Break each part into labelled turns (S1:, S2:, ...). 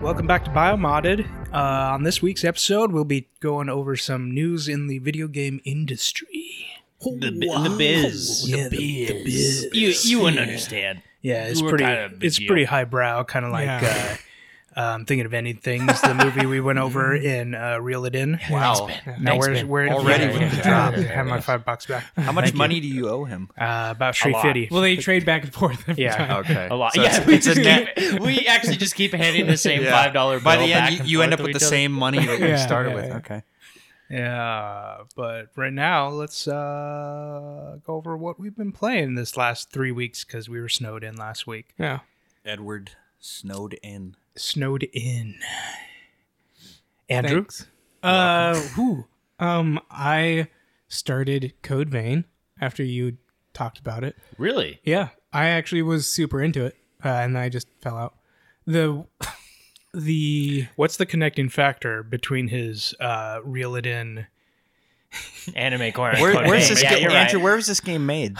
S1: Welcome back to Biomodded. Uh, on this week's episode, we'll be going over some news in the video game industry.
S2: The, bi- the biz.
S1: yeah, the, the biz.
S2: You you wouldn't understand.
S1: Yeah, it's
S2: We're
S1: pretty.
S2: kind of
S1: it's
S2: busy.
S1: pretty highbrow, kind of like.
S3: Yeah.
S1: Uh, um, thinking of ending things, the movie we went over in uh, Reel It In. Now
S4: Wow.
S3: Thanks,
S1: where's
S3: Ben.
S1: where
S4: Already with the drop.
S1: have my five bucks back.
S4: How much money do you owe him?
S1: Uh, about three fifty.
S3: Well, they trade back and forth. Every
S1: Yeah.
S3: time.
S4: Okay.
S2: A lot.
S4: So
S2: yeah,
S4: it's-
S2: we
S4: it's a
S2: just
S4: net-
S2: keep, we actually just keep handing the same
S4: Yeah.
S2: five dollar bill.
S4: By the
S2: back
S4: end, you,
S2: and
S4: you end
S2: forth
S4: up
S2: to
S4: with the
S2: each other.
S4: same money that you
S3: Yeah,
S4: started
S3: yeah,
S4: with.
S3: yeah.
S4: Okay.
S1: Yeah, but right now let's uh, go over what we've been playing this last three weeks because we were snowed in last week.
S3: Yeah.
S4: Edward snowed in.
S1: Snowed in. Andrew,
S3: Thanks. Uh, who? Um, I started Code Vein after you talked about it.
S2: Really?
S3: Yeah, I actually was super into it, uh, and I just fell out. The the
S1: what's the connecting factor between his uh, reel it in?
S2: Anime corner.
S4: Where,
S2: corner.
S4: where's this
S2: yeah,
S4: game,
S2: you're
S4: Andrew?
S2: right.
S4: Where was this game made?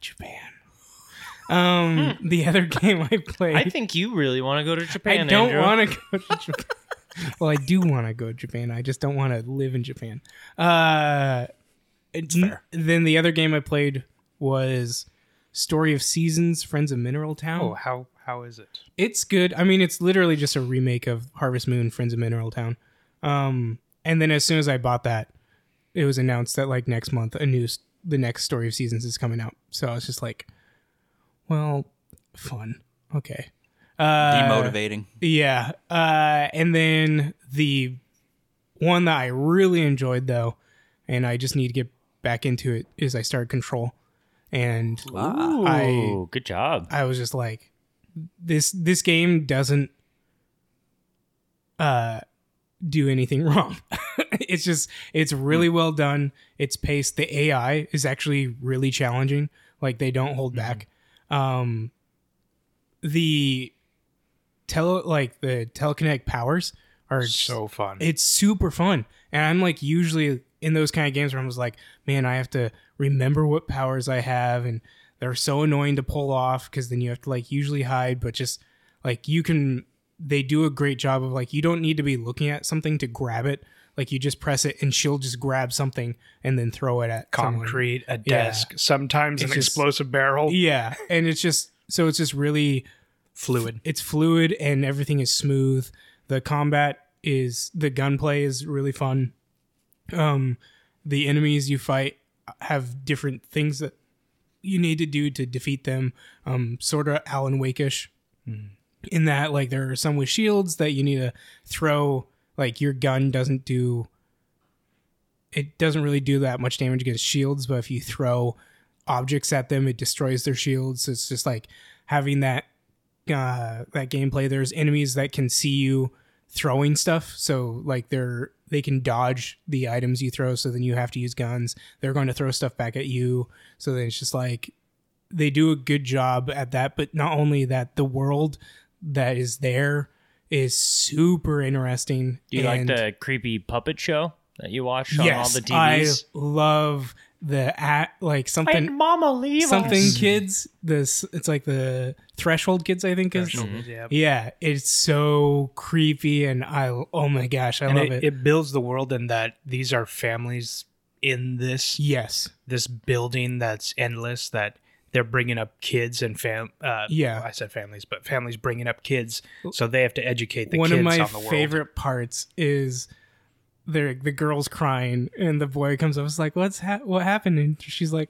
S3: Japan. Um,
S1: Hmm.
S3: the other game I played.
S2: I think you really want to go to Japan.
S3: I don't
S2: Andrew.
S3: want to go to Japan. well, I do want to go to Japan. I just don't want to live in Japan. Uh, n- Then the other game I played was Story of Seasons: Friends of Mineral Town.
S1: Oh, how how is it?
S3: It's good. I mean, it's literally just a remake of Harvest Moon: Friends of Mineral Town. Um, and then as soon as I bought that, it was announced that like next month a new s- the next Story of Seasons is coming out. So I was just like, well, fun. Okay. Uh,
S4: Demotivating.
S3: yeah. Uh, and then the one that I really enjoyed though, and I just need to get back into it is I started Control, and
S4: Ah.
S3: I
S2: Ooh, good job.
S3: I was just like, this this game doesn't uh do anything wrong. it's just it's really well done. It's paced. The AI is actually really challenging. Like they don't hold back. Um the tele like the teleconnect powers are
S1: So fun.
S3: it's super fun. And I'm like usually in those kind of games where I'm just like, man, I have to remember what powers I have and they're so annoying to pull off because then you have to like usually hide, but just like you can they do a great job of like you don't need to be looking at something to grab it. Like you just press it and she'll just grab something and then throw it at someone.
S1: Concrete, a
S3: Yeah.
S1: desk, sometimes
S3: It's
S1: an
S3: just-
S1: explosive barrel,
S3: Yeah. And it's just so it's just really
S1: fluid.
S3: it's fluid and everything is smooth. The combat is the gunplay is really fun. Um, the enemies you fight have different things that you need to do to defeat them. Um, sort of Alan Wakeish in that like there are some with shields that you need to throw. Like your gun doesn't do it doesn't really do that much damage against shields, but if you throw objects at them, it destroys their shields. It's just like having that uh, that gameplay. There's enemies that can see you throwing stuff, so like they're they can dodge the items you throw. So then you have to use guns. They're going to throw stuff back at you. So then it's just like they do a good job at that. But not only that, the world that is there is super interesting.
S2: Do you like
S3: and-
S2: the creepy puppet show that you watch on all the
S3: I
S2: TVs?
S3: love the at like
S2: Wait,
S3: something
S2: Mama, leave
S3: something
S2: us.
S3: kids. This it's like the threshold kids. I think is
S1: Yeah.
S3: Mm-hmm. yeah. It's so creepy and I oh my gosh I
S1: And
S3: love
S1: it,
S3: it.
S1: it builds the world in that these are families in this
S3: Yes,
S1: this building that's endless that they're bringing up kids and fam uh
S3: Yeah.
S1: i said families but families bringing up kids so they have to educate the
S3: one
S1: kids
S3: of my
S1: on the world
S3: favorite parts is the the girl's crying and the boy comes up. It's like what's ha- what happened? And she's like,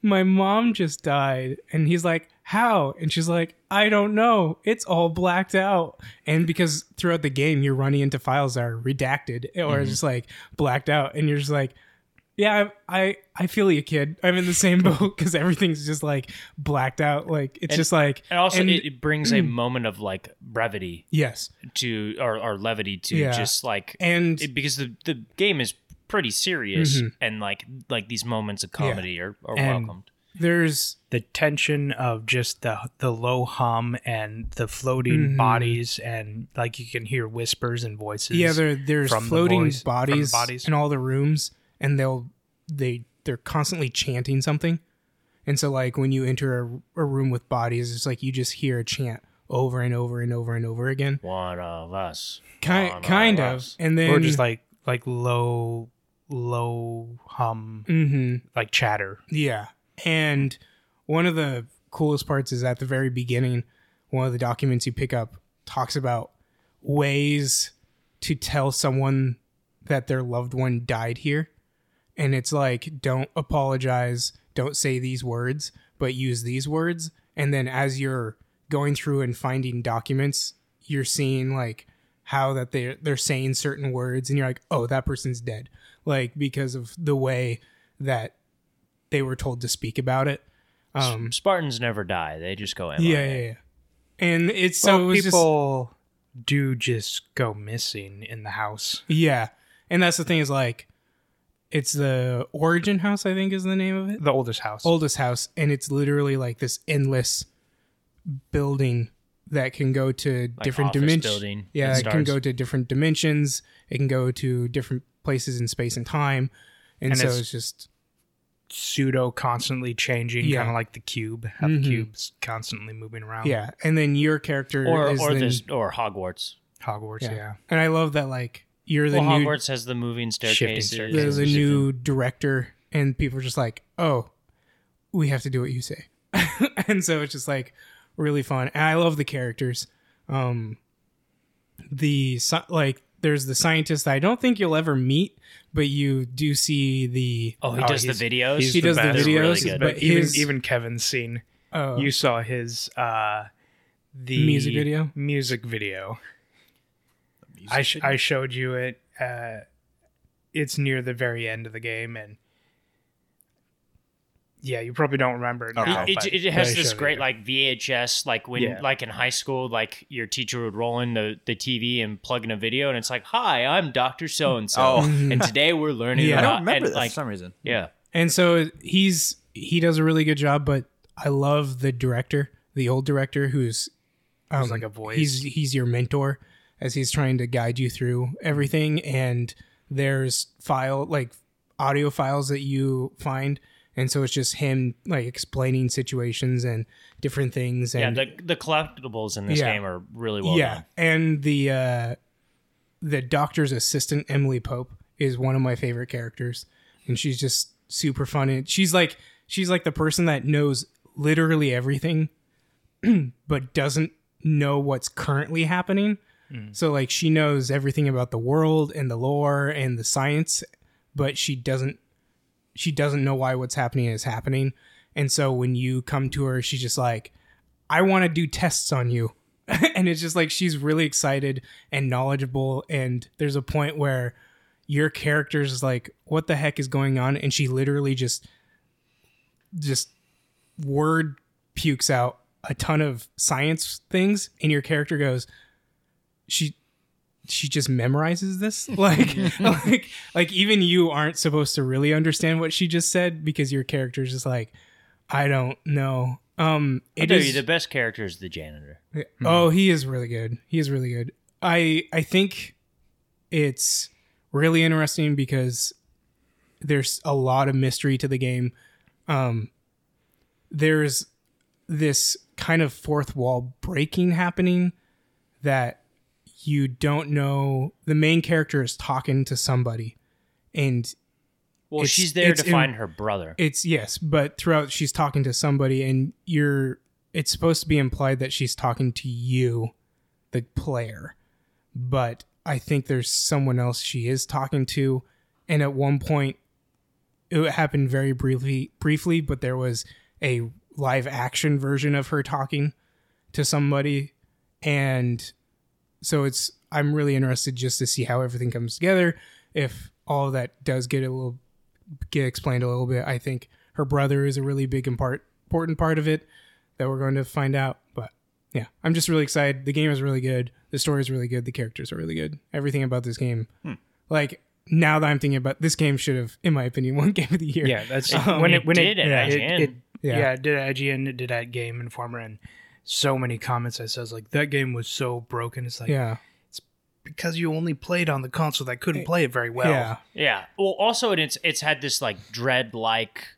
S3: my mom just died. And he's like, how? And she's like, I don't know. It's all blacked out. And because throughout the game you're running into files that are redacted or
S1: Mm-hmm.
S3: just like blacked out, and you're just like. Yeah, I, I I feel you, kid. I'm in the same boat because everything's just like blacked out. Like it's
S2: And-
S3: just like
S2: And also,
S3: and-
S2: it, it brings
S4: mm.
S2: a moment of like brevity
S3: yes,
S2: to or, or levity to
S3: Yeah.
S2: just like
S3: and
S2: it- because the the game is pretty serious
S3: Mhm.
S2: and like like these moments of comedy are, are
S3: And-
S2: welcomed.
S3: there's
S1: the tension of just the the low hum and the floating
S3: Mhm.
S1: bodies and like you can hear whispers and voices
S3: Yeah, there, there's
S1: from the
S3: floating
S1: voice- from the
S3: bodies,
S1: bodies.
S3: in all the rooms, and they'll they they're constantly chanting something, and so like when you enter a, a room with bodies, it's like you just hear a chant over and over and over and over again.
S2: One of us.
S3: Kind
S2: One
S3: kind of,
S2: us.
S3: and then
S1: or just like like low low hum
S3: hmm
S1: like chatter.
S3: Yeah. And one of the coolest parts is at the very beginning, one of the documents you pick up talks about ways to tell someone that their loved one died here. And it's like, don't apologize, don't say these words, but use these words. And then as you're going through and finding documents, you're seeing like how that they're they're saying certain words and you're like, oh, that person's dead. Like because of the way that they were told to speak about it. Um,
S2: Spartans never die. They just go MIA.
S3: yeah, yeah, yeah. And it's so it
S1: well,
S3: was just
S1: people do just go missing in the house.
S3: yeah, and that's the thing is like, it's the Origin House, I think, is the name of it,
S1: The oldest house.
S3: oldest house, and it's literally like this endless building that can go to different
S2: office
S3: dimensions.
S2: building
S3: Yeah,
S2: and
S3: it can
S2: stars.
S3: go to different dimensions. It can go to different places in space and time, and,
S1: And
S3: so
S1: it's-
S3: it's just
S1: pseudo constantly changing,
S3: Yeah.
S1: kind of like the cube. How
S3: Mhm.
S1: the cube's constantly moving around.
S3: yeah. And then your character
S2: Or
S3: is
S2: or
S3: then-
S2: this or Hogwarts.
S1: Hogwarts.
S3: Yeah.
S1: Yeah.
S3: And I love that like you're the
S2: well,
S3: new
S2: Hogwarts has the moving staircases.
S3: there's
S1: staircases.
S3: a new director and people are just like, "Oh, we have to do what you say." and so it's just like really fun. And I love the characters. Um the sci- like there's the scientist that I don't think you'll ever meet, but you do see the
S2: Oh, he
S1: Oh,
S2: does the
S1: he's-
S2: videos.
S1: he's
S3: he does the
S1: best.
S2: They're really
S3: videos,
S2: good.
S3: but
S1: even
S3: his
S1: even Kevin's seen.
S3: uh,
S1: Oh, you saw his uh the
S3: Music video?
S1: Music video. I sh- I showed you it. Uh, it's near the very end of the game, and yeah, you probably don't remember it.
S4: Okay.
S1: now,
S2: It,
S1: but-
S2: it, it
S1: but I
S2: has this
S1: showed you
S2: great
S1: it.
S2: like VHS like when
S1: Yeah.
S2: like in high school like your teacher would roll in the, the TV and plug in a video and it's like hi I'm Doctor So and So
S4: Oh.
S3: Mm-hmm.
S2: and today we're learning
S3: Yeah.
S4: I
S2: about
S4: don't remember
S2: and,
S4: that
S2: like
S4: for some reason.
S2: yeah
S3: And so he's he does a really good job, but I love the director, the old director who's um,
S1: like a voice.
S3: He's he's your mentor as he's trying to guide you through everything. And there's file like audio files that you find, and so it's just him like explaining situations and different things.
S2: yeah
S3: And
S2: the the collectibles in this
S3: Yeah.
S2: game are really well
S3: yeah,
S2: done.
S3: and the uh, the doctor's assistant Emily Pope is one of my favorite characters, and she's just super fun. And she's like she's like the person that knows literally everything, but doesn't know what's currently happening.
S2: Hmm.
S3: So like she knows everything about the world and the lore and the science, but she doesn't she doesn't know why what's happening is happening. And so when you come to her, she's just like, I want to do tests on you. and it's just like she's really excited and knowledgeable. And there's a point where your character's is like, what the heck is going on? And she literally just, just word pukes out a ton of science things. And your character goes, she, she just memorizes this like like like even you aren't supposed to really understand what she just said because your character's just like i don't know um
S2: I
S3: it
S2: tell
S3: is
S2: you the best character is the janitor.
S3: yeah. Oh, he is really good. He is really good. I I think it's really interesting because there's a lot of mystery to the game. Um there's this kind of fourth wall breaking happening that you don't know the main character is talking to somebody and
S2: Well,
S3: It's-
S2: she's there
S3: it's
S2: to
S3: in-
S2: find her brother.
S3: it's yes, but throughout she's talking to somebody, and you're. It's supposed to be implied that she's talking to you, the player, but I think there's someone else she is talking to, and at one point, it happened very briefly, briefly, but there was a live action version of her talking to somebody, and so it's. I'm really interested just to see how everything comes together. If all that does get a little get explained a little bit. I think her brother is a really big and part, important part of it that we're going to find out. But yeah, I'm just really excited. The game is really good. The story is really good. The characters are really good. Everything about this game, like now that I'm thinking about this game, should have, in my opinion, won game of the year.
S1: Yeah, that's
S3: Um,
S1: when
S2: it
S1: it when
S2: Oh, did at
S1: yeah,
S2: IGN.
S3: Yeah.
S1: yeah. it did at IGN. It did at Game Informer, and so many comments. I says like that game was so broken. It's like
S3: yeah,
S1: because you only played on the console that couldn't play it very well.
S3: yeah,
S2: Yeah. Well, also, and it's it's had this like
S3: Mm-hmm.
S2: dread like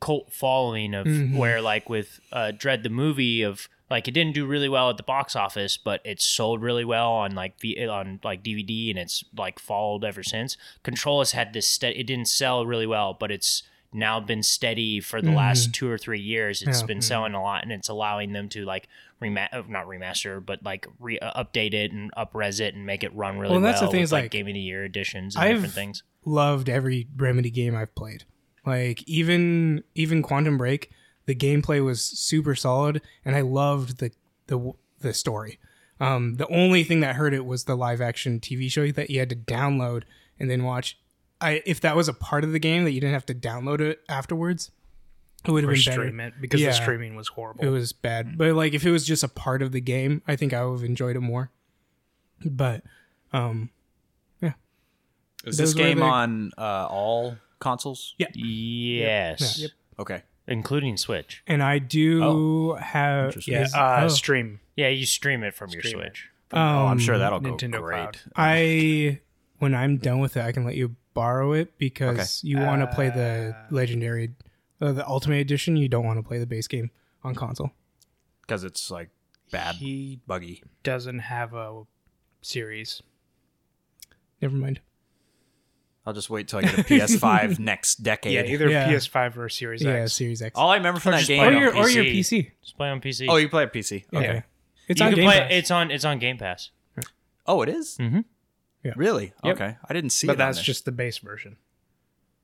S2: cult following of where like with uh, Dread the movie of Like it didn't do really well at the box office, but it sold really well on like V on like DVD, and it's like followed ever since. Control has had this steady. It didn't sell really well, but it's now been steady for the last two or three years. It's
S3: Mm-hmm. Yeah.
S2: been selling a lot, and it's allowing them to like rema- uh, not remaster, but like re- uh, update it and upres it and make it run really well.
S3: Well, and that's the thing
S2: with,
S3: is, like,
S2: game of the year editions and
S3: I've-
S2: different things.
S3: loved every Remedy game I've played. Like even even Quantum Break, the gameplay was super solid, and I loved the the the story. Um, the only thing that hurt it was the live action TV show that you had to download and then watch. I if that was a part of the game that you didn't have to download it afterwards, it would have
S1: or
S3: been better.
S1: stream it because
S3: Yeah.
S1: the streaming was horrible.
S3: It was bad. But like if it was just a part of the game, I think I would have enjoyed it more. But um
S4: Is
S3: Those
S4: this
S3: were
S4: game
S3: the-
S4: on uh, all consoles?
S2: Yes,
S3: Yep.
S4: Okay.
S2: including Switch.
S3: and I do have
S4: Interesting.
S1: Oh. yeah,
S3: is-
S1: uh,
S3: oh.
S1: stream
S2: Yeah, you stream it from
S1: Stream
S2: your
S1: it.
S2: Switch.
S4: oh, I'm
S3: Um,
S4: sure that'll go
S1: Nintendo
S4: great.
S1: Cloud.
S3: I when I'm done with it, I can let you borrow it because you want to play the legendary, uh, the ultimate edition. You don't want to play the base game on console.
S4: Because it's like bad, buggy.
S1: doesn't have a series.
S3: Never mind.
S4: I'll just wait till I get a PS5 next decade.
S1: Yeah, either
S3: Yeah.
S1: PS5 or Series
S3: Yeah,
S1: X.
S3: Series X.
S4: All I remember from that
S2: just
S4: game.
S2: play
S3: or
S2: it on
S3: your or your
S2: PC.
S3: PC.
S2: Just play on PC.
S4: oh, you play it PC. Okay.
S3: Okay, it's
S2: you
S3: on
S2: can
S3: Game
S2: play.
S3: Pass.
S2: It's on. It's on Game Pass.
S4: Oh, it is?
S2: Mhm.
S3: Yeah.
S4: Really? Okay. I didn't see it.
S1: But
S4: on
S1: that's
S4: there.
S1: just the base version.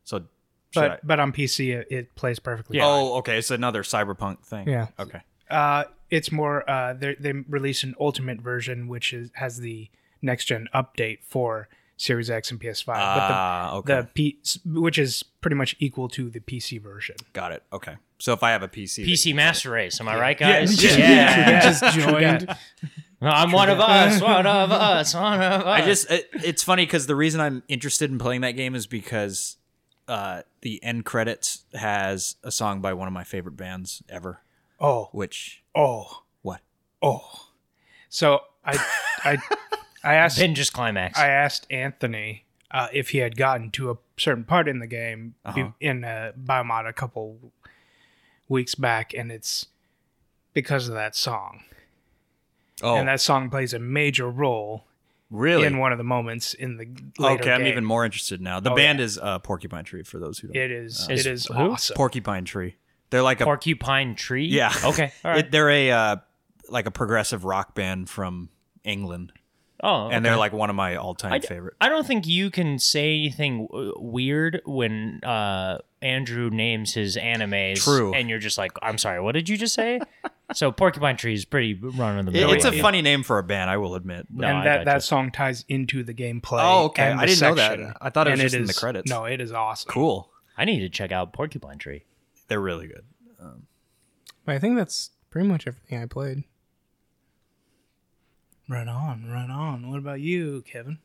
S4: So, should
S1: But
S4: I-
S1: but on PC it, it plays perfectly.
S4: Oh, okay. It's another cyberpunk thing.
S3: Yeah.
S4: Okay.
S1: Uh, it's more uh, they they release an ultimate version which is has the next gen update for Series X and PS5,
S4: Ah,
S1: but the
S4: okay.
S1: the P, which is pretty much equal to the PC version.
S4: Got it. Okay. So if I have a PC,
S2: PC Master Race. Am I right, guys?
S4: Yeah.
S3: just joined.
S2: No, I'm one of us. One of us. One of us.
S4: I just it, it's funny because the reason I'm interested in playing that game is because uh, the end credits has a song by one of my favorite bands ever,
S1: Oh
S4: which
S1: oh
S4: What?
S1: oh. So I I I asked
S2: then just climax.
S1: I asked Anthony uh, if he had gotten to a certain part in the game be-
S4: Uh-huh.
S1: in uh, Biomod a couple weeks back, and it's because of that song.
S4: oh
S1: And that song plays a major role
S4: really
S1: in one of the moments in the later
S4: okay. I'm
S1: game.
S4: even more interested now. The
S1: Oh,
S4: band is uh, Porcupine Tree for those who don't.
S1: It is.
S2: Is
S1: it is
S2: who?
S1: awesome.
S4: Porcupine Tree. They're like a
S2: Porcupine tree.
S4: yeah.
S2: Okay. All right.
S4: It- they're a uh, like a progressive rock band from England,
S2: oh.
S4: and they're like one of my all
S2: I
S4: time
S2: d-
S4: favorite.
S2: I don't think you can say anything w- weird when uh, Andrew names his animes.
S4: True.
S2: And you're just like, I'm sorry. What did you just say? so Porcupine Tree is pretty run of the mill.
S4: It's a
S2: I mean.
S4: funny name for a band, I will admit.
S2: No, I
S1: and that,
S2: gotcha.
S1: that song ties into the gameplay.
S4: Oh, okay.
S1: and the
S4: I didn't know that.
S1: section.
S4: I thought it was
S1: And
S4: just in the credits.
S1: No, it is awesome.
S4: Cool.
S2: I need to check out Porcupine Tree.
S4: They're really good.
S3: But I think that's pretty much everything I played.
S1: Right on, right on. What about you, Kevin?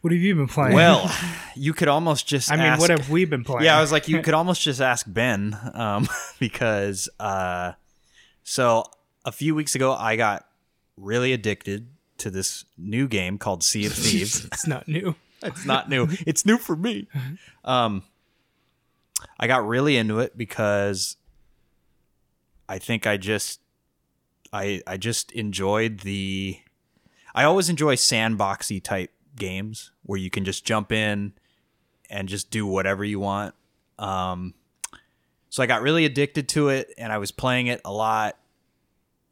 S1: What have you been playing?
S4: Well, you could almost just.
S1: I mean,
S4: ask-
S1: what have we been playing?
S4: Yeah, I was like, you could almost just ask Ben um, because uh, so a few weeks ago I got really addicted to this new game called Sea of Thieves.
S3: It's not new.
S4: it's not new. It's new for me. Um, I got really into it because I think I just I I just enjoyed the I always enjoy sandboxy type games where you can just jump in and just do whatever you want. Um, so I got really addicted to it and I was playing it a lot.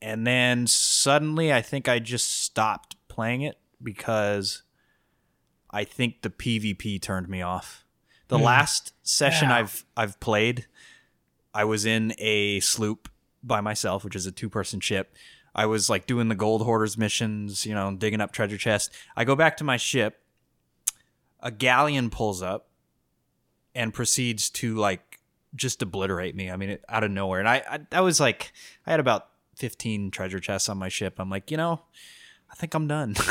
S4: And then suddenly I think I just stopped playing it because I think the PvP turned me off. The last session I've I've played, I was in a sloop by myself, which is a two person ship. I was like doing the gold hoarders missions, you know, digging up treasure chests. I go back to my ship. A galleon pulls up and proceeds to like just obliterate me. I mean, it, out of nowhere. And I, I that was like I had about 15 treasure chests on my ship. I'm like, you know, I think I'm done.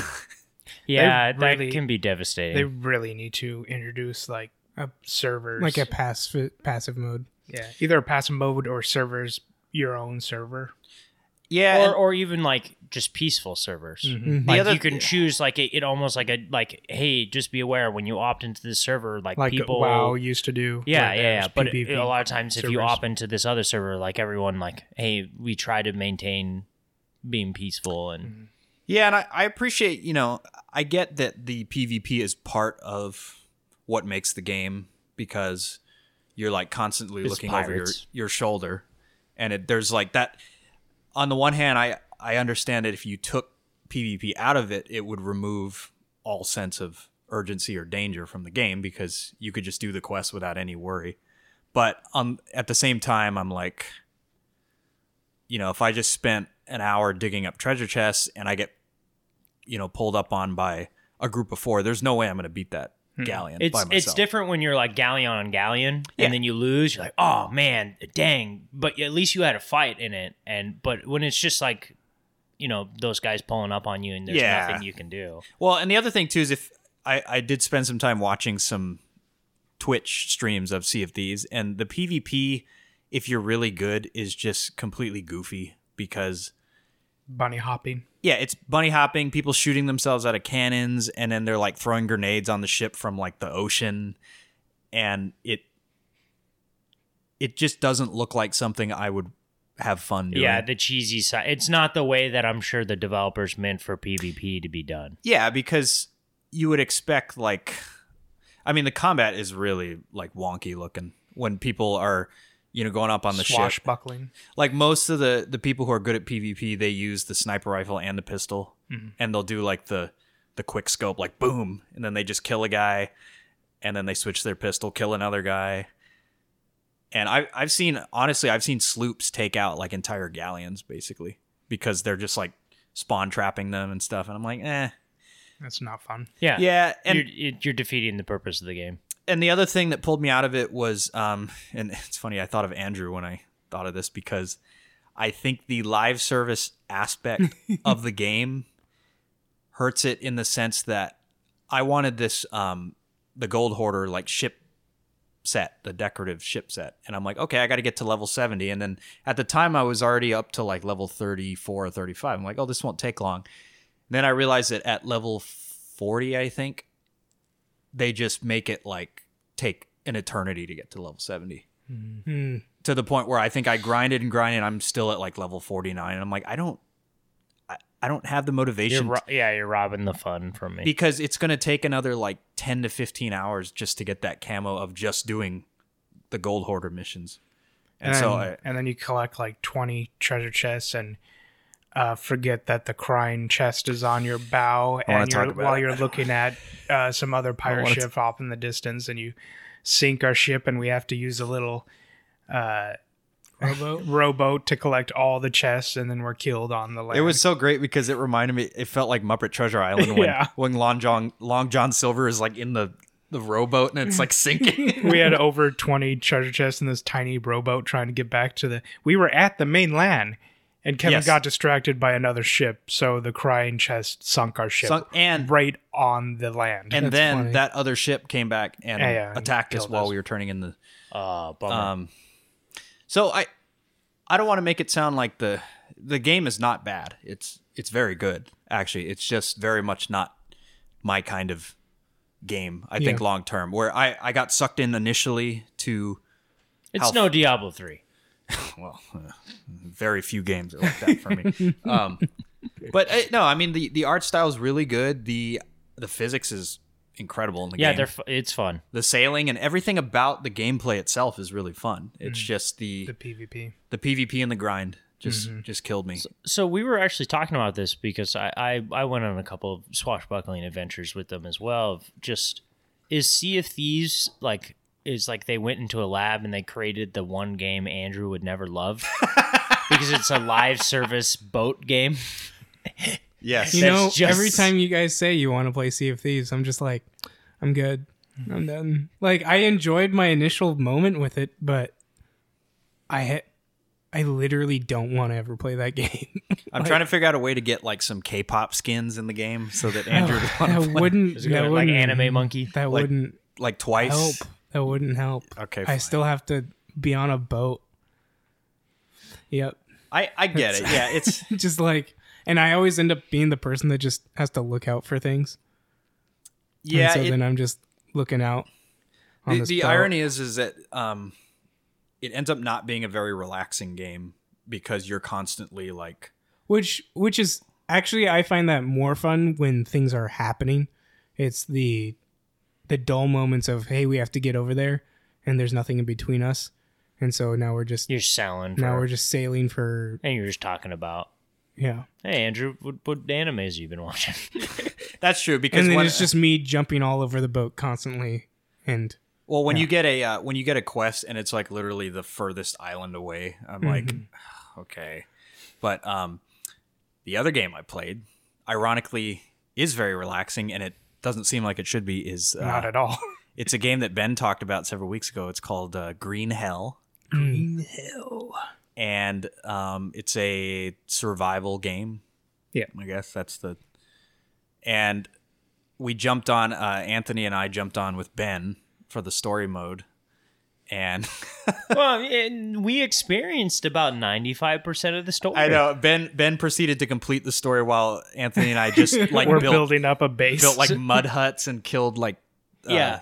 S2: Yeah,
S1: really-
S2: that can be
S1: They
S2: devastating.
S1: really need to introduce like
S3: A-
S1: servers,
S3: Like a pass passive mode.
S1: yeah, either a passive mode or servers, your own server.
S4: Yeah,
S2: or
S4: and-
S2: or even like just peaceful servers.
S3: Mm-hmm.
S1: Mhm.
S2: Like
S4: The other-
S2: you can choose like it, it almost like a like hey just be aware when you opt into this server
S3: Mm-hmm.
S2: like,
S1: Like
S2: people
S1: WoW used to do.
S2: yeah
S1: where
S2: yeah, yeah.
S1: there's
S2: but
S1: PvP.
S2: a lot of times if you
S1: servers.
S2: opt into this other server like everyone like hey we try to maintain being peaceful and
S4: Yeah, and I, I appreciate, you know, I get that the PvP is part of what makes the game because you're like constantly
S2: It's
S4: looking over your,
S2: pirates.
S4: your shoulder. And it, there's like that. On the one hand, I, I understand that if you took PvP out of it, it would remove all sense of urgency or danger from the game because you could just do the quest without any worry. But on, at the same time, I'm like, you know, if I just spent an hour digging up treasure chests and I get, you know, pulled up on by a group of four, there's no way I'm going to beat that galleon
S2: Hmm. it's
S4: by myself.
S2: it's different when you're like galleon on galleon
S4: Yeah.
S2: and then you lose you're like oh man dang but at least you had a fight in it and but when it's just like you know those guys pulling up on you and there's
S4: Yeah.
S2: nothing you can do
S4: Well, and the other thing too is if I, I did spend some time watching some Twitch streams of Sea of Thieves, and the PvP, if you're really good, is just completely goofy because
S1: bunny hopping.
S4: yeah, it's bunny hopping, people shooting themselves out of cannons, and then they're like throwing grenades on the ship from like the ocean, and it it just doesn't look like something I would have fun doing.
S2: Yeah, the cheesy side. It's not the way that I'm sure the developers meant for PvP to be done.
S4: Yeah, because you would expect like I mean the combat is really like wonky looking when people are you know going up on the ship.
S1: Swashbuckling.
S4: Like most of the the people who are good at PvP, they use the sniper rifle and the pistol and they'll do like the the quick scope like boom and then they just kill a guy and then they switch their pistol, kill another guy. And I I've seen honestly, I've seen sloops take out like entire galleons basically because they're just like spawn trapping them and stuff and I'm like, "Eh,
S1: That's not fun.
S2: Yeah,
S4: yeah, and
S2: you're, it- you're defeating the purpose of the game.
S4: and the other thing that pulled me out of it was, um, and it's funny, I thought of Andrew when I thought of this because I think the live service aspect of the game hurts it in the sense that I wanted this, um, the Gold Hoarder like ship set, the decorative ship set, and I'm like, okay, I got to get to level seventy, and then at the time I was already up to like level thirty four or thirty five. I'm like, oh, this won't take long. Then I realized that at level forty, I think they just make it like take an eternity to get to level 70
S3: Hmm.
S4: to the point where i think i grinded and grinded and i'm still at like level 49 and i'm like i don't i, I don't have the
S2: You're
S4: motivation
S2: ro-
S4: to-
S2: yeah, you're robbing the fun from me.
S4: because it's going to take another like 10 to 15 hours just to get that camo of just doing the gold hoarder missions and,
S1: And,
S4: so
S1: then,
S4: I,
S1: and then you collect like 20 treasure chests and uh, forget that the crying chest is on your bow
S4: wanna
S1: and
S4: talk
S1: you're,
S4: about
S1: while
S4: it.
S1: you're looking at uh, some other pirate
S4: wanna
S1: ship off in the distance and you sink our ship and we have to use a little uh,
S3: Robo.
S1: rowboat to collect all the chests and then we're killed on the land.
S4: It was so great because it reminded me. It felt like Muppet Treasure Island when
S1: Yeah.
S4: when Long John Long John Silver is like in the the rowboat and it's like sinking.
S1: we had over 20 treasure chests in this tiny rowboat trying to get back to the we were at the mainland and Kevin
S4: Yes.
S1: got distracted by another ship so the crying chest sunk our ship
S4: Sunk- and
S1: right on the land
S4: and
S3: That's
S4: then
S3: funny.
S4: that other ship came back and
S1: Yeah, yeah, and
S4: attacked us
S1: killed
S4: while
S1: us.
S4: we were turning in the
S2: Uh, bummer.
S4: um so i i don't want to make it sound like the the game is not bad it's it's very good actually it's just very much not my kind of game i think
S3: Yeah.
S4: long term where i i got sucked in initially to
S2: it's
S4: how-
S2: no Diablo three.
S4: well, uh, very few games are like that for me. um, but uh, no, I mean the, the art style is really good. the The physics is incredible in the
S2: Yeah,
S4: game.
S2: they're fu- it's fun.
S4: the sailing and everything about the gameplay itself is really fun. It's
S3: Mm.
S4: just the,
S1: the pvp
S4: the PvP and the grind just
S3: Mm-hmm.
S4: just killed me.
S2: So we were actually talking about this because I, I I went on a couple of swashbuckling adventures with them as well. Of just is Sea of Thieves like is like they went into a lab and they created the one game Andrew would never love because it's a live service boat game.
S4: Yes.
S2: That's
S3: You know,
S2: just-
S3: every time you guys say you want to play Sea of Thieves, I'm just like, I'm good. I'm done. Like I enjoyed my initial moment with it, but I ha- I literally don't want to ever play that game.
S4: I'm trying to figure out a way to get like some K-pop skins in the game so
S3: Oh.
S4: that Andrew would
S3: that
S4: want to play
S3: wouldn't
S2: Is
S3: that
S2: it gonna, like
S3: wouldn't-
S2: anime monkey?
S3: That
S4: like,
S3: wouldn't
S4: like twice.
S3: help. That wouldn't help.
S4: Okay.
S3: I
S4: fine.
S3: still have to be on a boat. Yep.
S4: I I get it. Yeah, it's
S3: just like, and I always end up being the person that just has to look out for things.
S4: yeah.
S3: And so
S4: it-
S3: then I'm just looking out. On
S4: the,
S3: this
S4: the
S3: belt.
S4: irony is is that um it ends up not being a very relaxing game because you're constantly like
S3: which which is actually I find that more fun when things are happening. It's the the dull moments of hey, we have to get over there, and there's nothing in between us, and so now we're just
S2: You're selling. For,
S3: now we're just sailing for
S2: and you're just talking about,
S3: yeah,
S2: hey Andrew, what, what animes you been watching?
S4: that's true because
S3: and then
S4: when,
S3: it's just me jumping all over the boat constantly, and
S4: well when you get a uh, when you get a quest and it's like literally the furthest island away I'm like okay but um the other game I played ironically is very relaxing and it doesn't seem like it should be is uh,
S1: Not at all.
S4: it's a game that Ben talked about several weeks ago it's called uh, Green Hell and um, it's a survival game.
S1: Yeah.
S4: I guess that's the. And we jumped on. Uh, Anthony and I jumped on with Ben for the story mode, and
S2: well, and we experienced about ninety five percent of the story.
S4: I know Ben. Ben proceeded to complete the story while Anthony and I just like
S1: We're
S4: built
S1: building up a base.
S4: built like mud huts and killed like uh,
S2: Yeah.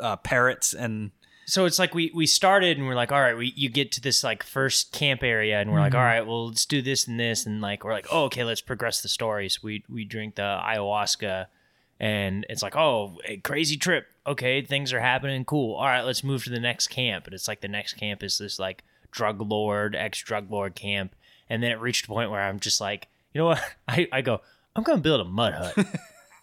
S4: uh, parrots and
S2: so it's like we we started and we're like all right we you get to this like first camp area and we're like all right well let's do this and this and like we're like oh, okay let's progress the story so we we drink the ayahuasca and it's like oh a crazy trip okay things are happening cool all right let's move to the next camp and it's like the next camp is this like drug lord ex drug lord camp and then it reached a point where i'm just like you know what i, I go i'm gonna build a mud hut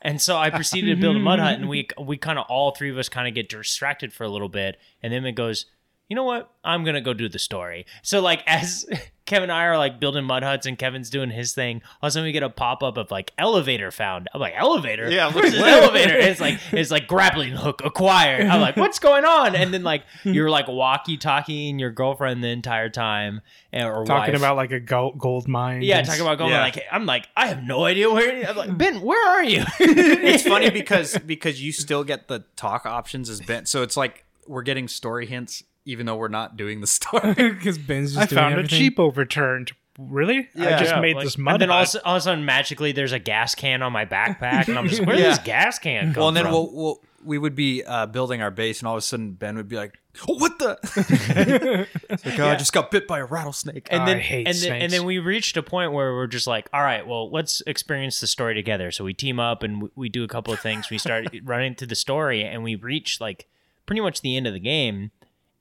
S2: and so I proceeded to build a mud hut, and we we kind of all three of us kind of get distracted for a little bit, and then it goes, you know what? I'm gonna go do the story. So like as Kevin and I are like building mud huts, and Kevin's doing his thing, all of a sudden we get a pop up of like elevator found. I'm like elevator,
S4: Yeah,
S2: where's this elevator? And it's like it's like grappling hook acquired. I'm like, what's going on? And then like you're like walkie talking your girlfriend the entire time, and or
S1: talking
S2: wife.
S1: about like a gold, gold mine.
S2: Yeah,
S1: and-
S2: talking about going
S4: Yeah.
S2: like I'm like I have no idea where I'm like Ben, where are you?
S4: it's funny because because you still get the talk options as Ben, so it's like we're getting story hints even though we're not doing the story.
S3: because Ben's just
S1: I
S3: doing
S1: found
S3: everything.
S1: a Jeep overturned. Really? I
S4: Yeah.
S1: just
S4: Yeah,
S1: made
S2: Like,
S1: this mud.
S2: And then all,
S1: hut.
S2: of a sudden- all of a sudden, magically, there's a gas can on my backpack, and I'm just, where did
S4: Yeah.
S2: this gas can come
S4: Well, and then
S2: from?
S4: we'll, we'll we would be uh, building our base, and all of a sudden Ben would be like, oh, "What the?" It's like, oh, I just got bit by a rattlesnake.
S2: and
S1: I
S2: then,
S1: hate
S2: and then, and
S1: snakes.
S2: then we reached a point where we're just like, all right, well, let's experience the story together. So we team up and we, we do a couple of things. We start running through the story, and we reach like pretty much the end of the game,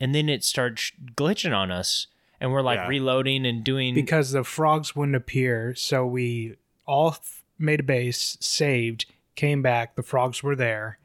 S2: and then it starts glitching on us, and we're like
S4: Yeah.
S2: reloading and doing.
S1: because the frogs wouldn't appear. So we all f- made a base, saved, came back. The frogs were there,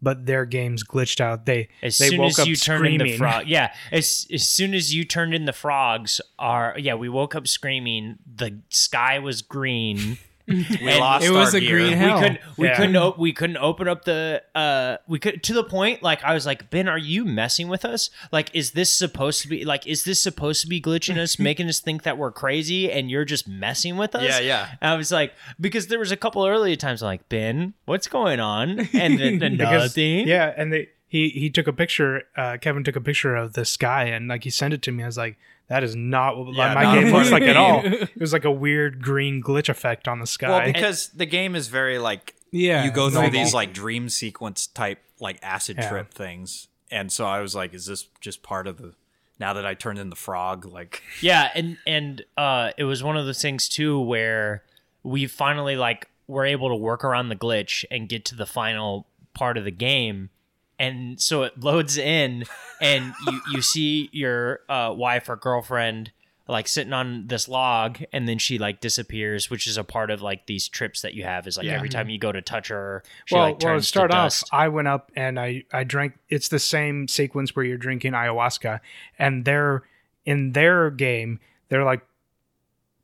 S1: but their games glitched out. They
S2: as
S1: they
S2: soon
S1: woke
S2: as
S1: up
S2: you turned
S1: screaming.
S2: in the frog, yeah. As as soon as you turned in the frogs, are yeah, we woke up screaming. The sky was green.
S4: we
S2: and
S4: lost.
S3: it was
S4: our
S3: a
S4: gear.
S3: green hell.
S2: we couldn't we
S1: Yeah.
S2: couldn't op- we couldn't open up the uh we could to the point like I was like Ben are you messing with us like is this supposed to be like is this supposed to be glitching us making us think that we're crazy and you're just messing with us
S4: Yeah, yeah.
S2: and I was like because there was a couple earlier times I'm like Ben what's going on and then then
S1: Because-
S2: nothing
S1: Yeah, and they he he took a picture. Uh, Kevin took a picture of the sky, and like he sent it to me. I was like, that is not what
S4: Yeah,
S1: my
S4: not
S1: game
S4: what
S1: looks
S4: it
S1: like at all.
S3: is.
S1: It was like a weird green glitch effect on the
S4: Well,
S1: sky.
S4: because the game is very like
S3: Yeah,
S4: you go
S3: it's
S4: through
S3: like-
S4: these like dream sequence type like acid
S1: Yeah.
S4: trip things, and so I was like, "Is this just part of the?" Now that I turned in the frog, like
S2: Yeah, and and uh, it was one of those things too where we finally like were able to work around the glitch and get to the final part of the game, and so it loads in, and you you see your uh, wife or girlfriend like sitting on this log and then she like disappears which is a part of like these trips that you have is like every time you go to touch her she
S1: well,
S2: like turns
S1: well, to start
S2: to
S1: off,
S2: dust.
S1: I went up and I I drank. It's the same sequence where you're drinking ayahuasca, and they're in their game. They're like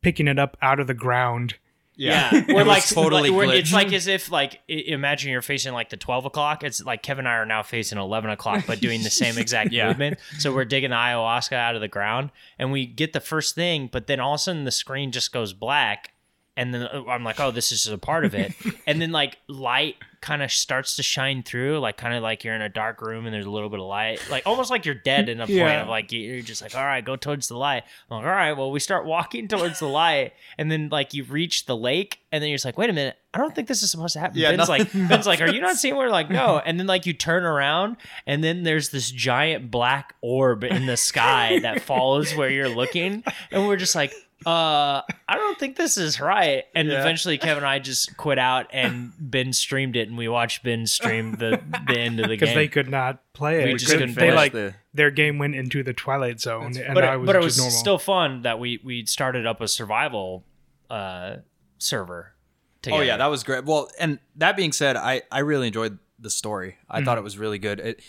S1: picking it up out of the ground.
S2: Yeah,
S4: It
S2: we're
S4: was
S2: like
S4: totally
S2: like, we're- It's
S4: glitched.
S2: like as if like i- imagine you're facing like the twelve o'clock. It's like Kevin and I are now facing eleven o'clock, but doing the same exact
S4: Yeah.
S2: movement. So we're digging the ayahuasca out of the ground, and we get the first thing, but then all of a sudden the screen just goes black, and then uh, I'm like, oh, this is just a part of it, and then like light kind of starts to shine through, like kind of like you're in a dark room and there's a little bit of light, like almost like you're dead in a point
S3: Yeah.
S2: of like you're just like, all right, go towards the light. I'm like, all right, well, we start walking towards the light, and then like you reach the lake, and then you're just like, wait a minute, I don't think this is supposed to happen.
S4: Yeah,
S2: Ben's like,
S4: nothing-
S2: Ben's like, are you not seeing? We're like, no, and then like you turn around, and then there's this giant black orb in the sky that follows where you're looking, and we're just like. Uh, I don't think this is right. And
S4: Yeah.
S2: eventually, Kevin and I just quit out, and Ben streamed it, and we watched Ben stream the the end of the
S1: because
S2: game.
S1: they could not play
S2: We
S1: it.
S2: just
S1: They-
S2: couldn't
S1: they
S2: finish
S1: like
S4: the-
S1: their game went into the twilight zone, and
S2: but
S1: I
S2: it,
S1: was
S2: but it
S1: just
S2: was
S1: normal.
S2: still fun that we we started up a survival uh server.
S4: Oh
S2: Together.
S4: yeah, that was great. Well, and that being said, I I really enjoyed the story. I
S1: Mm-hmm.
S4: thought it was really good. It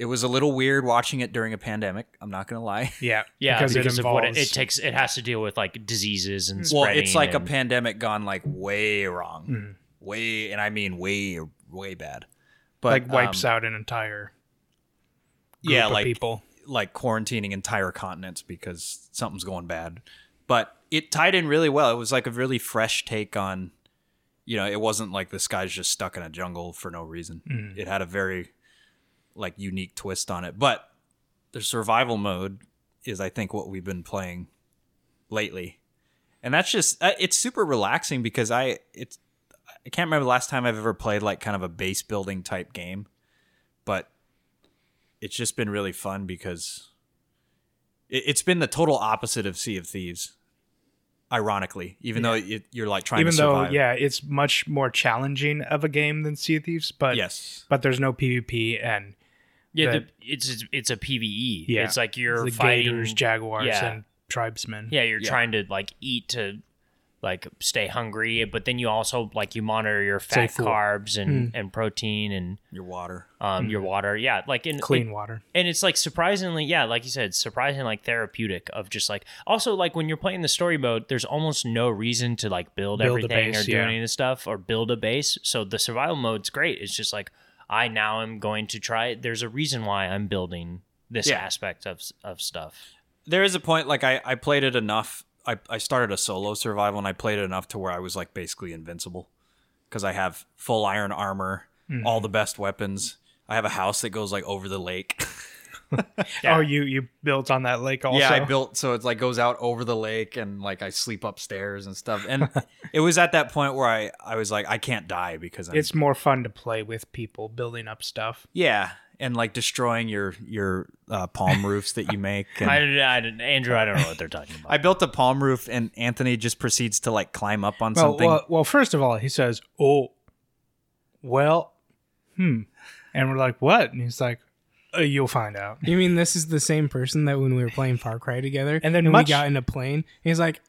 S4: it was a little weird watching it during a pandemic. I'm not gonna lie.
S1: yeah,
S2: yeah, because,
S1: it
S2: of what it,
S1: involves.
S2: it takes. It has to deal with like diseases and
S4: Well,
S2: spreading
S4: it's like a
S2: and-
S4: pandemic gone like way wrong,
S1: Mm-hmm.
S4: way, and I mean way way bad. But
S1: like wipes
S4: um,
S1: out an entire group
S4: yeah,
S1: of
S4: like
S1: people.
S4: like quarantining entire continents because something's going bad. But it tied in really well. It was like a really fresh take on, you know, it wasn't like this guy's just stuck in a jungle for no reason.
S1: Mm.
S4: It had a very like unique twist on it. But the survival mode is, I think, what we've been playing lately, and that's just uh, it's super relaxing because I it's I can't remember the last time I've ever played like kind of a base building type game, but it's just been really fun because it, it's been the total opposite of Sea of Thieves. Ironically, even though it, you're like trying
S1: Even
S4: to
S1: though,
S4: survive,
S1: yeah, it's much more challenging of a game than Sea of Thieves, but
S4: yes,
S1: but there's no PvP and
S2: yeah.
S1: that-
S2: The, it's it's- it's a PVE.
S1: Yeah.
S2: it's like you're
S1: the
S2: fighting
S1: gators, jaguars,
S2: yeah.
S1: and tribesmen.
S2: Yeah, you're
S4: Yeah.
S2: trying to like eat to like stay hungry, but then you also like you monitor your
S1: Stay
S2: fat
S1: full.
S2: carbs
S1: Hmm.
S2: and and protein and
S4: your water.
S2: um your water. Yeah, like in
S1: clean water.
S2: and it's like surprisingly yeah like you said surprisingly like therapeutic of just like also like when you're playing the story mode there's almost no reason to like build,
S1: Build a
S2: everything
S1: base,
S2: or do
S1: yeah.
S2: any of this stuff or build a base so the survival mode's great it's just like i now am going to try there's a reason why i'm building this
S4: Yeah.
S2: aspect of of stuff
S4: there is a point like I, I played it enough I, I started a solo survival and I played it enough to where I was like basically invincible because I have full iron armor, all the best weapons. I have a house that goes like over the lake.
S2: Yeah.
S1: Oh, you you built on that lake also.
S4: yeah, I built so it's like goes out over the lake and like I sleep upstairs and stuff. And it was at that point where I I was like I can't die because I'm
S1: It's more fun to play with people building up stuff.
S4: yeah, and like destroying your your uh, palm roofs that you make. And,
S2: I, didn't- I didn't- andrew i don't know what they're talking about
S4: I built a palm roof and Anthony just proceeds to like climb up on
S1: Well,
S4: something.
S1: well, well, first of all, he says, "Oh, well, hmm," and we're like, "What?" And he's like, uh, "You'll find out."
S3: You mean this is the same person that when we were playing Far Cry together,
S1: And then
S3: when
S1: much-
S3: we got in a plane, and he's like,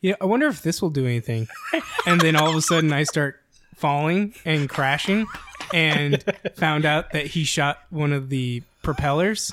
S3: "Yeah, I wonder if this will do anything." and then all of a sudden, I start falling and crashing, and found out that he shot one of the propellers.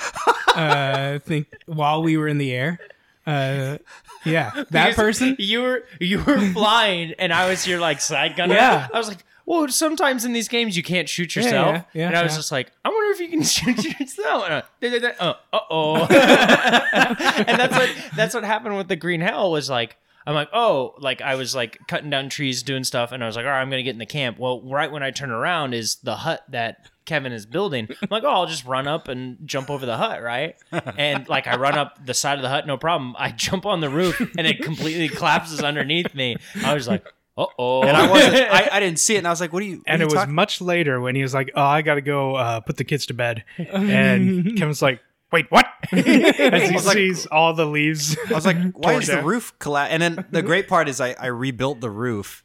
S3: Uh, I think while we were in the air. Uh, yeah, that
S2: Because
S3: person.
S2: You were you were flying, and I was your like side gunner.
S3: Yeah.
S2: I was like, well, sometimes in these games you can't shoot yourself.
S3: yeah, yeah,
S2: and I was
S3: yeah.
S2: just like, I wonder if you can shoot yourself. And uh oh, and that's what that's what happened with the green hell was like. I'm like, oh, like I was like cutting down trees, doing stuff, and I was like, all right, I'm gonna get in the camp. Well, right when I turn around is the hut that Kevin is building. I'm like, oh, I'll just run up and jump over the hut, right? And like I run up the side of the hut, no problem. I jump on the roof and it completely collapses underneath me. I was like, uh oh.
S4: and I wasn't. I, I didn't see it, and I was like, "What are you?" what
S1: And
S4: are
S1: it
S4: you
S1: was
S4: talking-
S1: much later when he was like, "Oh, I gotta go uh, put the kids to bed," and Kevin's like, "Wait, what?" As he
S4: was like-
S1: sees all the leaves.
S4: I was like, "Why
S1: torn
S4: is the
S1: down.
S4: roof collapse?" And then the great part is, I, I rebuilt the roof,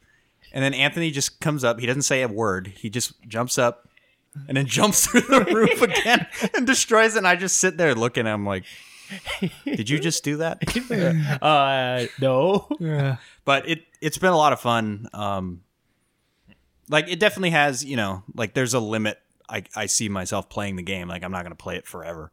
S4: and then Anthony just comes up. He doesn't say a word. He just jumps up, and then jumps through the roof again and destroys it. And I just sit there looking. at him like, "Did you just do that?"
S2: uh, no.
S3: Yeah.
S4: but it it's been a lot of fun. Um, like it definitely has, you know, like there's a limit. I I see myself playing the game. Like I'm not gonna play it forever,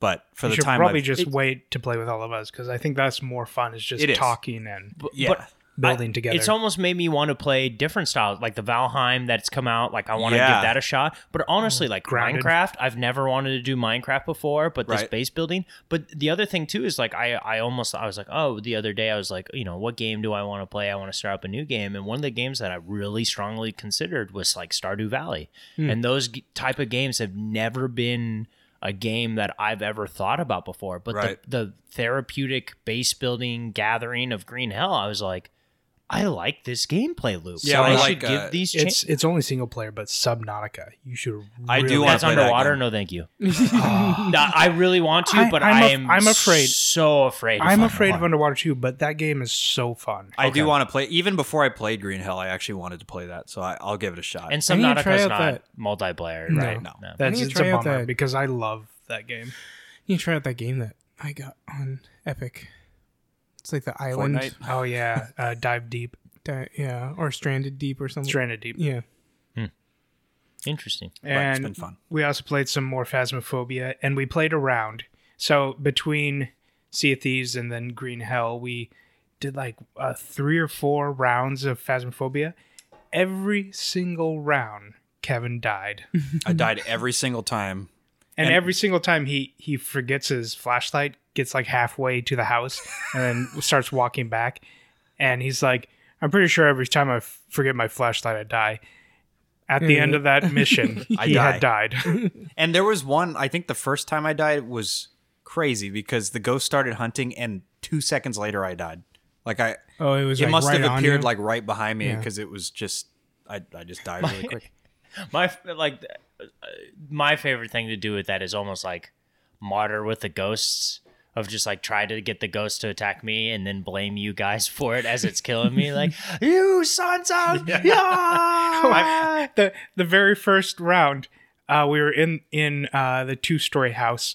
S4: but for
S1: You
S4: the
S1: should
S4: time
S1: probably
S4: I've-
S1: just wait to play with all of us because I think that's more fun. Is just
S4: It is.
S1: talking and
S4: yeah.
S2: But
S1: building together.
S2: It's almost made me want to play different styles, like the Valheim that's come out. Like I want to
S4: Yeah.
S2: give that a shot. But honestly, like
S1: Mm-hmm. Grounded.
S2: Minecraft, I've never wanted to do Minecraft before, but this
S4: Right.
S2: base building. But the other thing too is like I I almost I was like, oh, the other day I was like, you know, what game do I want to play? I want to start up a new game. And one of the games that I really strongly considered was like Stardew Valley.
S1: Hmm.
S2: And those g- type of games have never been a game that I've ever thought about before. But
S4: Right.
S2: the, the therapeutic base building gathering of Green Hell, I was like, I like this gameplay loop.
S4: Yeah,
S2: so
S4: I
S2: I
S4: like,
S2: should
S4: uh,
S2: give these
S1: it's
S2: chances.
S1: it's only single player, but Subnautica. You should. Really
S4: I do wanna
S2: That's
S4: play that
S2: underwater.
S4: game.
S2: No, thank you. No, I really want to,
S1: I-
S2: but
S1: I'm
S2: I'm
S1: af- I'm afraid-
S2: So afraid. Of
S1: I'm
S2: underwater.
S1: afraid of underwater too, but that game is so fun.
S4: I do want to play. Even before I played Green Hell, I actually wanted to play that, so I, I'll give it a shot.
S2: And
S3: I need to try
S2: Subnautica's
S3: out
S2: not
S3: that-
S2: multiplayer,
S3: No.
S2: right?
S4: No.
S1: That's
S3: need to
S1: it's
S3: try
S1: a
S3: out
S1: bummer
S3: that-
S1: because I love that game.
S3: You try out that game that I got on Epic. It's like the island.
S4: Fortnite.
S1: Oh yeah, uh, dive deep,
S3: Di- yeah, or Stranded Deep or something.
S1: stranded deep,
S3: yeah.
S2: Interesting.
S4: But
S1: and
S4: it's been fun.
S1: we also played some more Phasmophobia, and we played a round. So between Sea of Thieves and then Green Hell, we did like uh, three or four rounds of Phasmophobia. Every single round, Kevin died, and,
S4: I died every single time.
S1: every single time he he forgets his flashlight, gets like halfway to the house, and then starts walking back, and he's like, "I'm pretty sure every time I f- forget my flashlight, I die." At the end of that mission,
S4: I
S1: he had
S4: die.
S1: died.
S4: And there was one. I think the first time I died was crazy because the ghost started hunting, and two seconds later I died. Like I,
S3: Oh, it was.
S4: it
S3: like,
S4: must
S3: right
S4: have
S3: on
S4: appeared
S3: you.
S4: like right behind me
S3: Yeah.
S4: because it was just. I, I just died really quick.
S2: my like uh, my favorite thing to do with that is almost like martyr with the ghosts of just like try to get the ghost to attack me and then blame you guys for it as it's killing me like you sons of yeah.
S1: the the very first round, uh, we were in in uh, the two story house,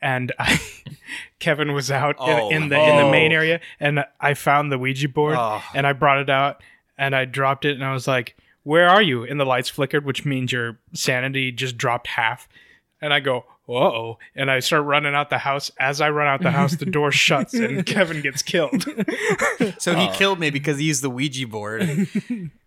S1: and I, Kevin was out
S4: Oh.
S1: in, in the in
S2: Oh.
S1: the main area, and I found the Ouija board,
S4: Oh.
S1: and I brought it out, and I dropped it, and I was like, "Where are you?" And the lights flickered, which means your sanity just dropped half, and I go. Whoa! And I start running out the house. As I run out the house, the door shuts and Kevin gets killed.
S4: So
S2: Oh.
S4: he killed me because he used the Ouija board,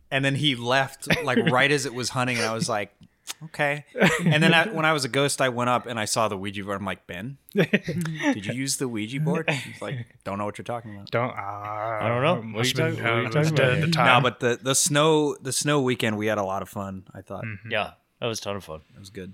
S4: and then he left like right as it was hunting, and I was like, okay. And then I, when I was a ghost, I went up and I saw the Ouija board. I'm like, Ben, did you use the Ouija board? He's like, don't know what you're talking about.
S1: Don't. Uh, I
S2: don't know. What are you
S1: Must have been,
S2: talking- what are
S1: uh,
S2: you
S1: must have
S2: talking about?
S1: been at the
S4: No,
S1: time.
S4: but the the snow the snow weekend we had a lot of fun. I thought
S3: Mm.
S2: yeah that was a ton of fun
S4: it was good.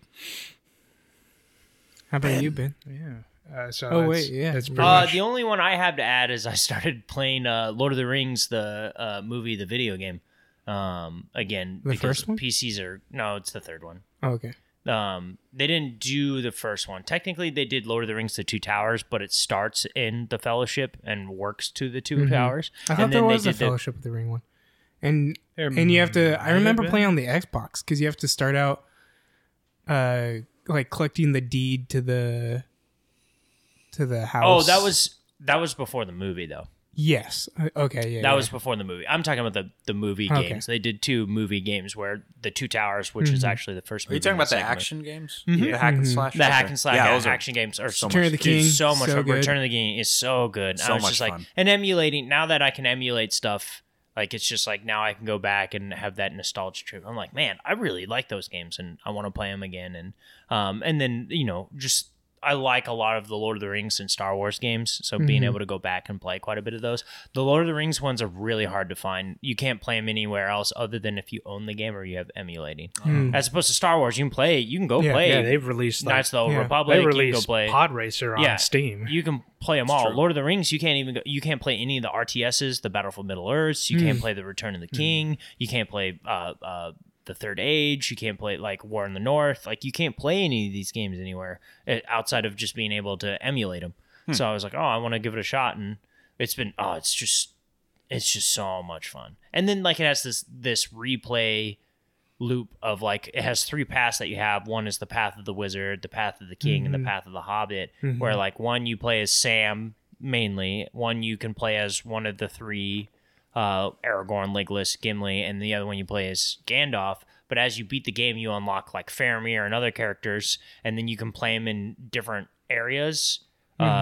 S3: How about you, Ben?
S1: Yeah. Uh, so
S3: Oh,
S1: that's,
S3: wait, yeah.
S1: That's pretty
S2: uh,
S1: much.
S2: the only one i have to add is i started playing uh, lord of the rings the uh, movie the video game um, again
S3: The
S2: because
S3: first one?
S2: pcs are no it's the third one
S3: Oh, okay.
S2: um they didn't do the first one technically they did lord of the rings the two towers but it starts in the fellowship and works to the 2 towers
S3: Mm-hmm. I thought
S2: and
S3: there
S2: then
S3: was
S2: they
S3: a
S2: did the-
S3: Fellowship of the Ring one, and
S1: There
S3: and you have to. I
S1: might
S3: remember
S1: have
S3: playing on the Xbox because you have to start out, uh, like collecting the deed to the to the
S2: oh
S3: house.
S2: that was that was before the movie though
S3: yes. Uh, Okay, yeah.
S2: that
S3: yeah.
S2: was before the movie i'm talking about the the movie
S3: Okay.
S2: games they did two movie games where the two towers which
S3: Mm-hmm.
S2: is actually the first
S4: Are
S2: movie
S4: you talking
S2: and
S4: about the
S2: second movie.
S4: action games? The hack and slash.
S2: Mm-hmm. the hack and slash
S4: Yeah,
S2: yeah,
S4: those are-
S2: action games are so
S3: Return of the
S2: Dude,
S3: King,
S2: so much
S3: so
S2: fun.
S3: good.
S2: Return of the King is so good.
S4: So
S2: I was
S4: much
S2: just like,
S4: fun.
S2: and emulating now that I can emulate stuff, like it's just like now I can go back and have that nostalgia trip. I'm like, man, I really like those games and I want to play them again. And um, and then you know, just I like a lot of the Lord of the Rings and Star Wars games, so
S3: Mm-hmm.
S2: being able to go back and play quite a bit of those. The Lord of the Rings ones are really hard to find. You can't play them anywhere else other than if you own the game or you have emulating.
S4: Oh,
S2: As opposed to Star Wars, you can play. You can go
S3: Yeah,
S2: play.
S1: yeah, they've released like,
S2: Knights of the Old
S3: Yeah.
S2: Republic.
S1: they
S2: you can
S1: released
S2: go play.
S1: Pod Racer on
S2: Yeah.
S1: Steam.
S2: you can play them all. Lord of the Rings, you can't even go, you can't play any of the RTSs, the Battle for Middle Earths. You can't play the Return of the King. You can't play uh, uh, the Third Age. You can't play like War in the North. Like you can't play any of these games anywhere eh, outside of just being able to emulate them.
S1: Hmm.
S2: So I was like, oh, I want to give it a shot, and it's been oh, it's just it's just so much fun. And then like it has this this replay loop of like it has three paths that you have. One is the path of the wizard, the path of the king, and the path of the hobbit. Where like one you play as Sam mainly, one you can play as one of the three uh, Aragorn, Legolas, Gimli, and the other one you play as Gandalf. But as you beat the game, you unlock like Faramir and other characters, and then you can play them in different areas. Uh,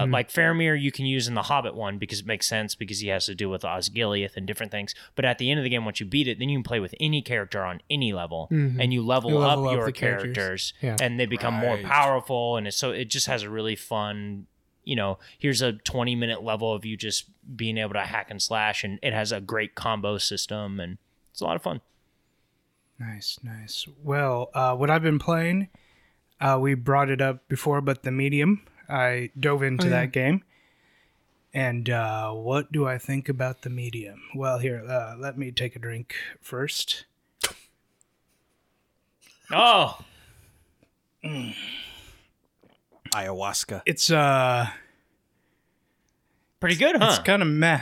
S3: Mm-hmm.
S2: Like Faramir, you can use in the Hobbit one because it makes sense because he has to do with Osgiliath and different things. But at the end of the game, once you beat it, then you can play with any character on any level, and you level,
S3: Mm-hmm. You level
S2: up,
S3: up
S2: your
S3: the characters.
S2: characters,
S3: Yeah.
S2: and they become
S5: Right.
S2: more powerful. And it's, so it just has a really fun you know, here's a 20 minute level of you just being able to hack and slash, and it has a great combo system, and it's a lot of fun.
S1: Nice, nice. Well, uh, what I've been playing, uh, we brought it up before, but the medium, I dove into
S3: Oh, yeah.
S1: that game. And uh, what do I think about the medium? Well, here, uh, let me take a drink first.
S2: Oh,
S4: Ayahuasca.
S1: It's uh,
S2: pretty good,
S1: it's
S2: huh?
S1: kind of meh.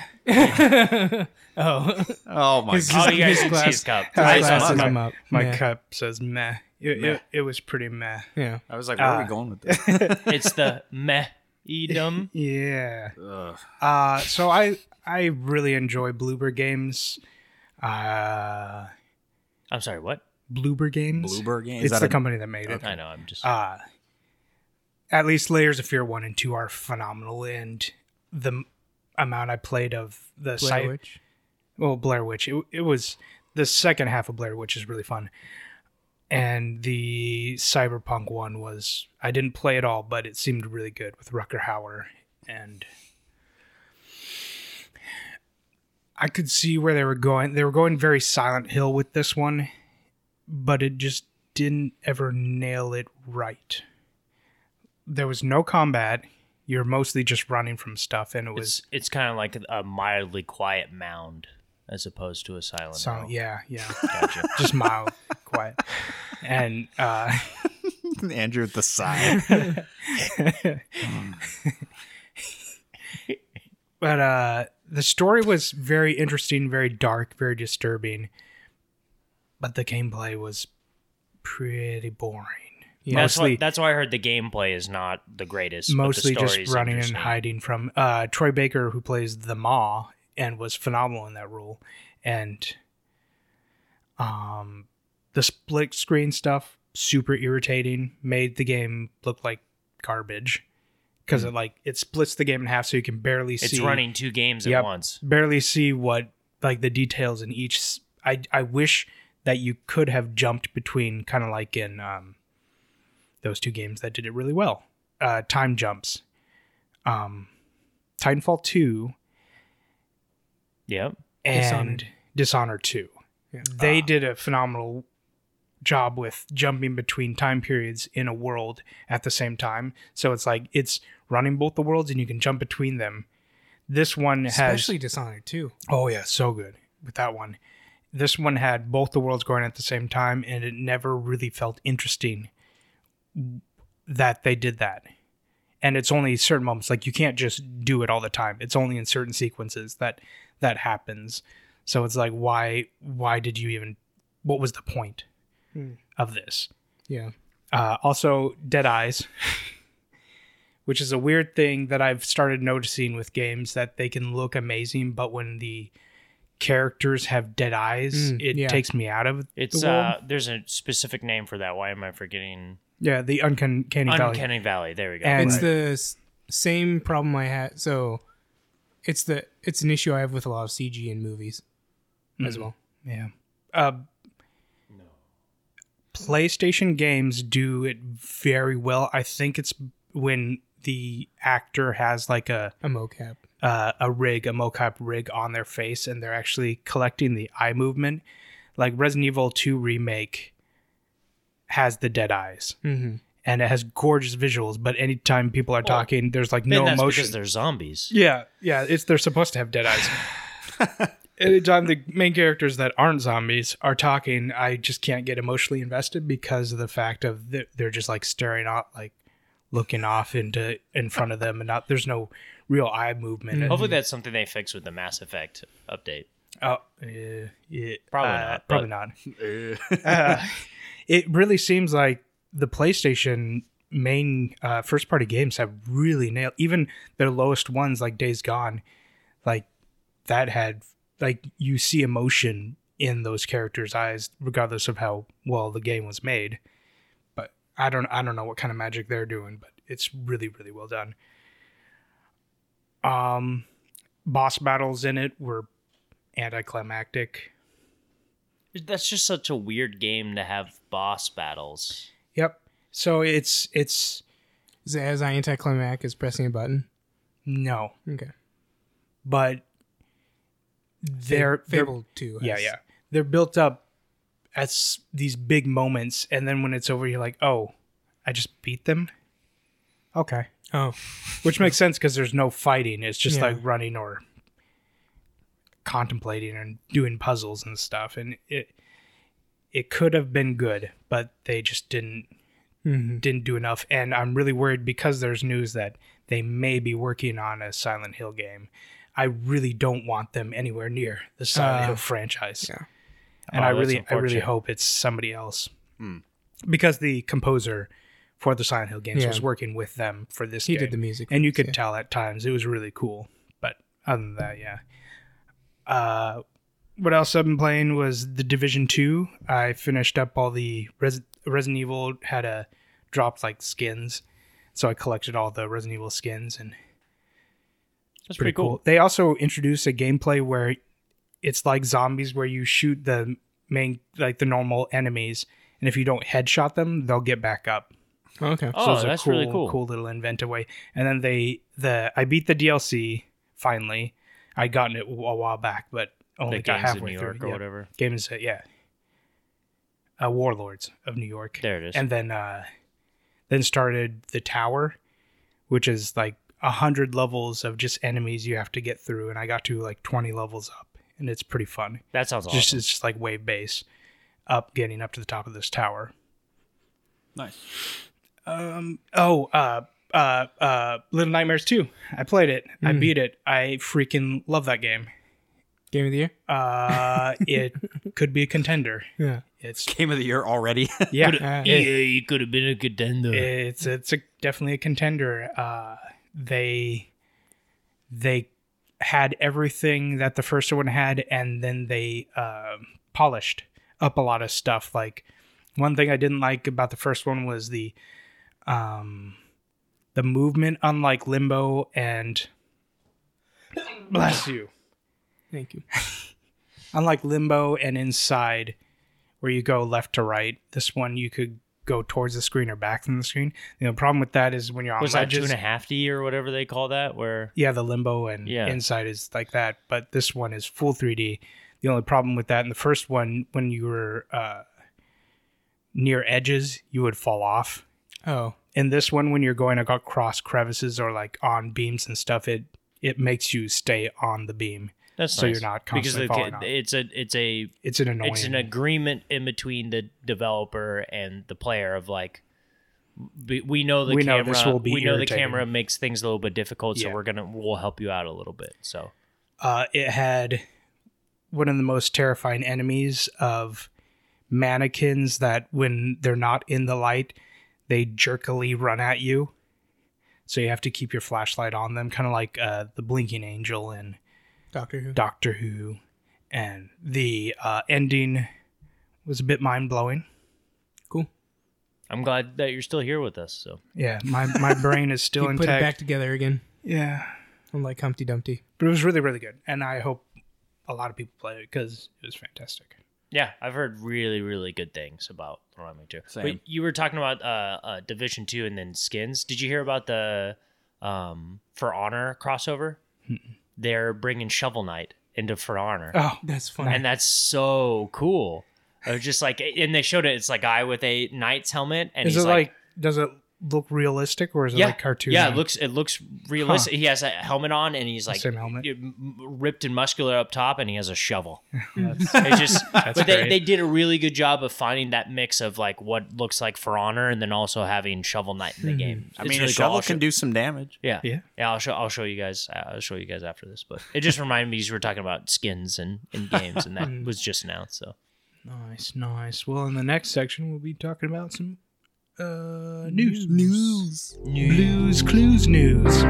S3: Oh,
S4: Oh my
S3: His-
S4: god.
S2: oh, you guys
S3: his
S2: can
S3: glass-
S2: see his cup.
S1: I-
S3: Glasses
S1: my-
S3: come up.
S1: My
S3: Yeah.
S1: cup says meh. It, It, it was pretty meh.
S3: yeah.
S4: I was like, where are
S1: Ah.
S2: uh,
S4: we going with this?
S2: It's the meh edom.
S1: Yeah.
S4: Ugh.
S1: Uh, so I I really enjoy Bloober games. Uh,
S2: I'm sorry, what?
S1: Bloober games.
S4: Bloober game. Is
S1: It's
S4: that
S1: the
S4: a,
S1: company that made it.
S2: I know, I'm just.
S1: uh at least layers of fear 1 and 2 are phenomenal and the m- amount i played of the
S3: Blair
S1: site
S3: Witch.
S1: well blair witch it, it was the second half of blair witch is really fun and the cyberpunk one was i didn't play it all but it seemed really good with rucker hauer and i could see where they were going they were going very silent hill with this one but it just didn't ever nail it right there was no combat you're mostly just running from stuff and it was
S2: It's, it's kind of like a mildly quiet mound as opposed to a silent.
S1: so
S2: mound.
S1: yeah yeah
S2: Gotcha.
S1: just mild, quiet, and uh,
S4: Andrew at the side?
S1: but uh, the story was very interesting, very dark, very disturbing, but the gameplay was pretty boring.
S2: that's
S1: mostly,
S2: why. That's why I heard the gameplay is not the greatest. but the
S1: mostly
S2: story's
S1: just running and
S2: interesting.
S1: hiding from uh, Troy Baker, who plays the Ma and was phenomenal in that role, and um, the split screen stuff super irritating. Made the game look like garbage because it like it splits the game in half, so you can barely see
S2: Hmm. It's running two games
S1: Yep.
S2: at once.
S1: barely see what like the details in each. s- I I wish that you could have jumped between kind of like in um, those two games that did it really well. Uh, time jumps. Um, Titanfall two
S2: Yep.
S1: and
S3: Dishonored. Ah.
S1: Dishonored, two.
S2: Ah.
S1: They did a phenomenal job with jumping between time periods in a world at the same time. So it's like it's running both the worlds and you can jump between them. This one has
S3: Especially Dishonored too.
S1: Oh yeah, so good with that one. This one had both the worlds going at the same time, and it never really felt interesting that they did that. And it's only certain moments. Like you can't just do it all the time. It's only in certain sequences that that happens. So it's like, why? Why did you even? What was the point
S3: Hmm.
S1: of this?
S3: Yeah.
S1: Uh, also, dead eyes, which is a weird thing that I've started noticing with games that they can look amazing, but when the characters have dead eyes,
S3: Mm,
S1: it
S3: yeah.
S1: takes me out of
S2: It's
S1: the world.
S2: uh. There's a specific name for that. Why am I forgetting?
S1: yeah, the uncanny, uncanny valley.
S2: Uncanny Valley. There we go.
S1: And-
S3: it's
S1: Right.
S3: the s- same problem I had. So it's the it's an issue I have with a lot of CG in movies
S2: Mm.
S3: as well.
S1: Yeah. Uh, PlayStation games do it very well. I think it's when the actor has like a
S3: A mocap.
S1: uh, a rig, a mocap rig on their face, and they're actually collecting the eye movement. Like Resident Evil 2 remake has the dead eyes,
S3: Mm-hmm.
S1: and it has gorgeous visuals. But anytime people are talking, there's like
S2: Ben,
S1: no
S2: that's
S1: emotion.
S2: because they're zombies.
S1: Yeah, yeah, it's they're supposed to have dead eyes. Anytime the main characters that aren't zombies are talking, I just can't get emotionally invested because of the fact of th- they're just like staring out, like looking off into in front of them, and not there's no real eye movement. And-
S2: Hopefully, that's something they fix with the Mass Effect update.
S1: Oh, yeah, yeah,
S2: Probably
S1: uh,
S2: not,
S1: Probably not.
S4: Eh.
S1: Uh, it really seems like the PlayStation main uh, first party games have really nailed even their lowest ones like Days Gone, like that had like you see emotion in those characters' eyes, regardless of how well the game was made. But I don't I don't know what kind of magic they're doing, but it's really really well done. Um, boss battles in it were anticlimactic.
S2: That's just such a weird game to have boss battles.
S1: Yep. So it's it's
S3: Is it as anticlimactic as pressing a button?
S1: no,
S3: Okay.
S1: but they're they're-
S3: Fable Two.
S1: yeah
S3: has-
S1: yeah they're built up as these big moments, and then when it's over, you're like, oh, I just beat them. Okay,
S3: Oh,
S1: which makes sense because there's no fighting. It's just
S3: Yeah.
S1: like running or contemplating and doing puzzles and stuff, and it it could have been good, but they just didn't
S3: Mhm.
S1: didn't do enough and i'm really worried because there's news that they may be working on a silent hill game i really don't want them anywhere near the silent
S3: Uh,
S1: hill franchise
S3: yeah.
S1: and
S2: Oh,
S1: i
S2: that's
S1: really i really
S2: unfortunate.
S1: hope it's somebody else
S3: Hmm.
S1: because the composer for the silent hill games
S3: Yeah.
S1: was working with them for this
S3: he
S1: game
S3: did the music,
S1: and you could
S3: yeah.
S1: tell at times it was really cool but other than that yeah uh what else i've been playing was the division 2 i finished up all the Res- resident evil had a dropped like skins so i collected all the resident evil skins and
S2: That's
S1: pretty, cool. They also introduced a gameplay where it's like zombies where you shoot the main like the normal enemies and if you don't headshot them, they'll get back up.
S3: Okay.
S2: Oh,
S1: So it's a
S2: that's
S1: cool,
S2: really cool.
S1: Cool little inventive way. And then they the I beat the DLC finally. I gotten it a while back, but only
S2: the
S1: got
S2: games in
S1: halfway
S2: New York
S1: through.
S2: or
S1: Yeah.
S2: whatever.
S1: Games, uh, yeah. Uh, Warlords of New York
S2: There it is.
S1: and then uh then started the tower which is like a hundred levels of just enemies you have to get through and i got to like 20 levels up and it's pretty fun
S2: that sounds
S1: just
S2: awesome.
S1: it's just like wave base up getting up to the top of this tower
S4: Nice.
S1: um oh uh uh uh little nightmares 2 i played it i
S3: Mm.
S1: beat it i freaking love that game
S3: Game of the year.
S1: uh it could be a contender
S3: Yeah.
S1: it's
S4: Game of the year already.
S1: yeah
S3: Uh,
S2: yeah, you could have been a contender.
S1: it's it's a, definitely a contender. Uh, they they had everything that the first one had, and then they um polished up a lot of stuff. Like one thing I didn't like about the first one was the um, the movement, unlike Limbo and bless you,
S3: Thank you.
S1: unlike Limbo and Inside, where you go left to right. This one you could go towards the screen or back from the screen. The problem with that is when you're on
S2: Was that two
S1: ledges.
S2: and a half D or whatever they call that? Where
S1: yeah, the limbo and
S2: Yeah.
S1: inside is like that, but this one is full 3D. The only problem with that in the first one, when you were uh, near edges, you would fall off.
S3: Oh,
S1: In this one, when you're going across crevices or like on beams and stuff, it it makes you stay on the beam.
S2: that's
S1: So you're
S2: nice.
S1: not
S2: because
S1: constantly
S2: the-
S1: falling off.
S2: it's a it's a
S1: It's an annoying.
S2: it's an agreement in between the developer and the player of like we we know the
S1: We know
S2: camera
S1: this will be
S2: we know the
S1: irritating.
S2: camera makes things a little bit difficult so
S1: Yeah.
S2: we're gonna we'll help you out a little bit so
S1: uh, it had one of the most terrifying enemies of mannequins that when they're not in the light they jerkily run at you so you have to keep your flashlight on them kind of like uh, the blinking angel in
S3: Doctor Who.
S1: doctor who and the uh, ending was a bit mind-blowing
S3: cool.
S2: I'm glad that you're still here with us so
S1: yeah my, my brain is
S3: You
S1: still
S3: put it
S1: intact
S3: back together again,
S1: yeah
S3: unlike Humpty Dumpty.
S1: but it was really really good and i hope a lot of people play it because it was fantastic
S2: yeah I've heard really really good things about Roaming Two
S4: Same.
S2: but you were talking about uh, uh Division Two and then skins did you hear about the um For Honor crossover they're bringing Shovel Knight into For Honor
S1: oh
S3: That's funny.
S2: and that's so cool. It was just like, and they showed it. It's like guy with a knight's helmet, and
S1: is
S2: he's
S1: it like, does it look realistic or is it
S2: yeah,
S1: like cartoon?
S2: Yeah, it looks it looks realistic. He has a helmet on, and he's like
S1: same helmet.
S2: m- ripped and muscular up top, and he has a shovel. It's just, but they,
S1: great.
S2: they did a really good job of finding that mix of like what looks like for honor, and then also having shovel knight in the game.
S4: I
S2: It's
S4: mean,
S2: really
S4: a
S2: cool.
S4: shovel
S2: I'll show-
S4: can do some damage.
S2: Yeah.
S1: Hmm. Yeah.
S2: Yeah, I'll show I'll show you guys uh, I'll show you guys after this, but it just reminded me because we were talking about skins and, and games and
S1: Hmm.
S2: that was just announced. So
S1: Nice, nice. Well, in the next section, we'll be talking about some uh, news.
S4: News.
S1: Blues Clues news.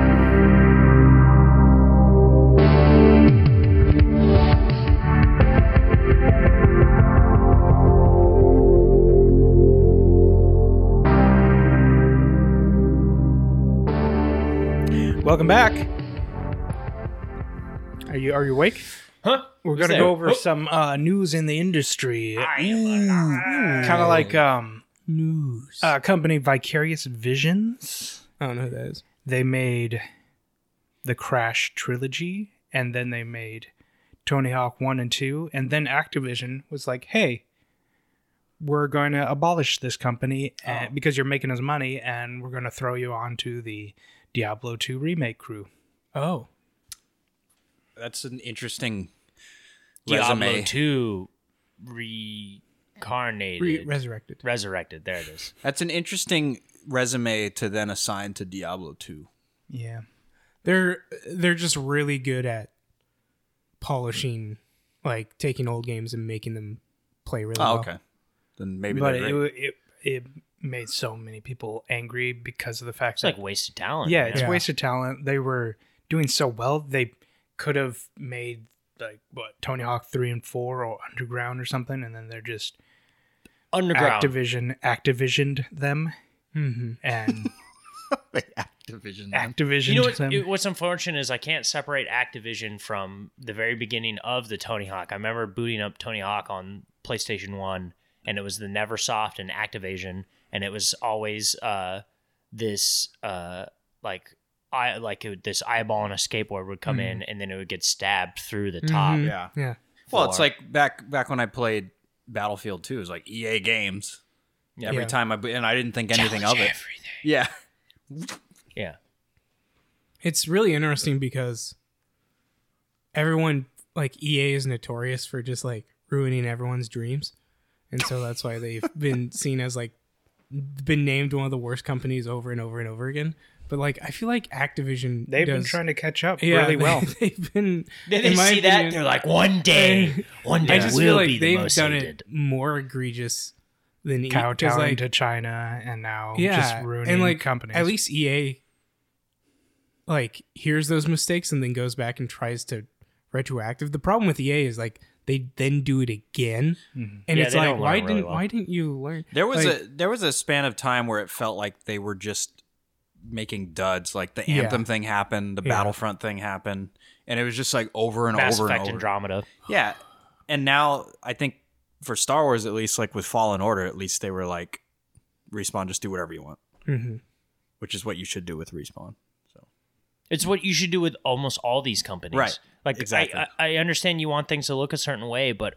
S1: Welcome back. Are you are you awake?
S2: Huh?
S1: We're
S2: Who's
S1: gonna
S2: there?
S1: go over
S2: Oh.
S1: some uh, news in the industry. Kind
S2: Kind
S1: of like um,
S3: News.
S1: a company Vicarious Visions.
S3: I don't know who that is.
S1: They made the Crash trilogy, and then they made Tony Hawk One and Two, and then Activision was like, "Hey, we're going to abolish this company uh
S2: Oh.
S1: because you're making us money, and we're going to throw you onto the Diablo Two remake crew."
S3: Oh,
S4: That's an interesting
S2: Diablo
S4: resume.
S2: two reincarnated,
S3: re- resurrected.
S2: resurrected. There it is.
S4: That's an interesting resume to then assign to Diablo 2.
S1: Yeah.
S3: They're they're just really good at polishing, like taking old games and making them play really well.
S4: Oh, okay. Then maybe
S1: but
S4: they're
S1: it,
S4: great.
S1: it it made so many people angry because of the fact
S2: It's
S1: that
S2: like wasted talent.
S1: yeah,
S2: man.
S1: it's
S3: Yeah.
S1: wasted talent. They were doing so well they could have made like what Tony Hawk three and four or Underground or something, and then they're just
S2: underground.
S1: Activision Activisioned them
S3: Mm-hmm.
S1: and
S4: Activision. then.
S1: Activision
S2: You know what,
S1: them.
S2: it- what's unfortunate is I can't separate Activision from the very beginning of the Tony Hawk. I remember booting up Tony Hawk on PlayStation One, and it was the NeverSoft and Activision, and it was always uh, this uh, like I like it, this eyeball on a skateboard would come
S1: Mm-hmm.
S2: in, and then it would get stabbed through the top.
S3: Mhm.
S4: Yeah.
S3: Yeah.
S4: Well, it's
S2: Four.
S4: like back back when I played Battlefield 2, it was like EA games.
S2: Yeah.
S4: Every
S3: Yeah.
S4: time I and I didn't think anything of it.
S2: Everything.
S4: Yeah.
S2: Yeah.
S3: It's really interesting because everyone like EA is notorious for just like ruining everyone's dreams. And so that's why they've been seen as like been named one of the worst companies over and over and over again. But like I feel like Activision
S1: They've been
S3: does-
S1: trying to catch up
S3: Yeah,
S1: really
S3: they-
S1: well.
S3: They've been
S2: Then
S3: in
S2: they
S3: my
S2: see that
S3: opinion-
S2: and they're like, one day, one day
S3: I just
S2: will
S3: feel like
S2: be the
S3: they've
S2: most
S3: done
S2: hated.
S3: it more egregious than E- 'cause,
S1: Kowtowing
S3: like,
S1: to China and now
S3: yeah,
S1: just ruining
S3: and like
S1: companies.
S3: At least EA like hears those mistakes and then goes back and tries to retroactive. The problem with EA is like they then do it again, and
S2: Yeah,
S3: it's
S2: they
S3: like
S2: don't learn
S3: why
S2: really
S3: didn't
S2: well.
S3: why didn't you learn?
S4: There was
S3: Like,
S4: a there was a span of time where it felt like they were just making duds. Like the
S3: Yeah.
S4: anthem thing happened, the
S3: Yeah.
S4: Battlefront thing happened, and it was just like over and
S2: Mass
S4: over
S2: Effect
S4: and over.
S2: Andromeda.
S4: Yeah. And now I think for Star Wars at least, like with Fallen Order, at least they were like, respawn, just do whatever you want,
S3: mhm.
S4: which is what you should do with respawn.
S2: It's what you should do with almost all these companies.
S4: Right.
S2: Like
S4: Exactly.
S2: I, I, I understand you want things to look a certain way, but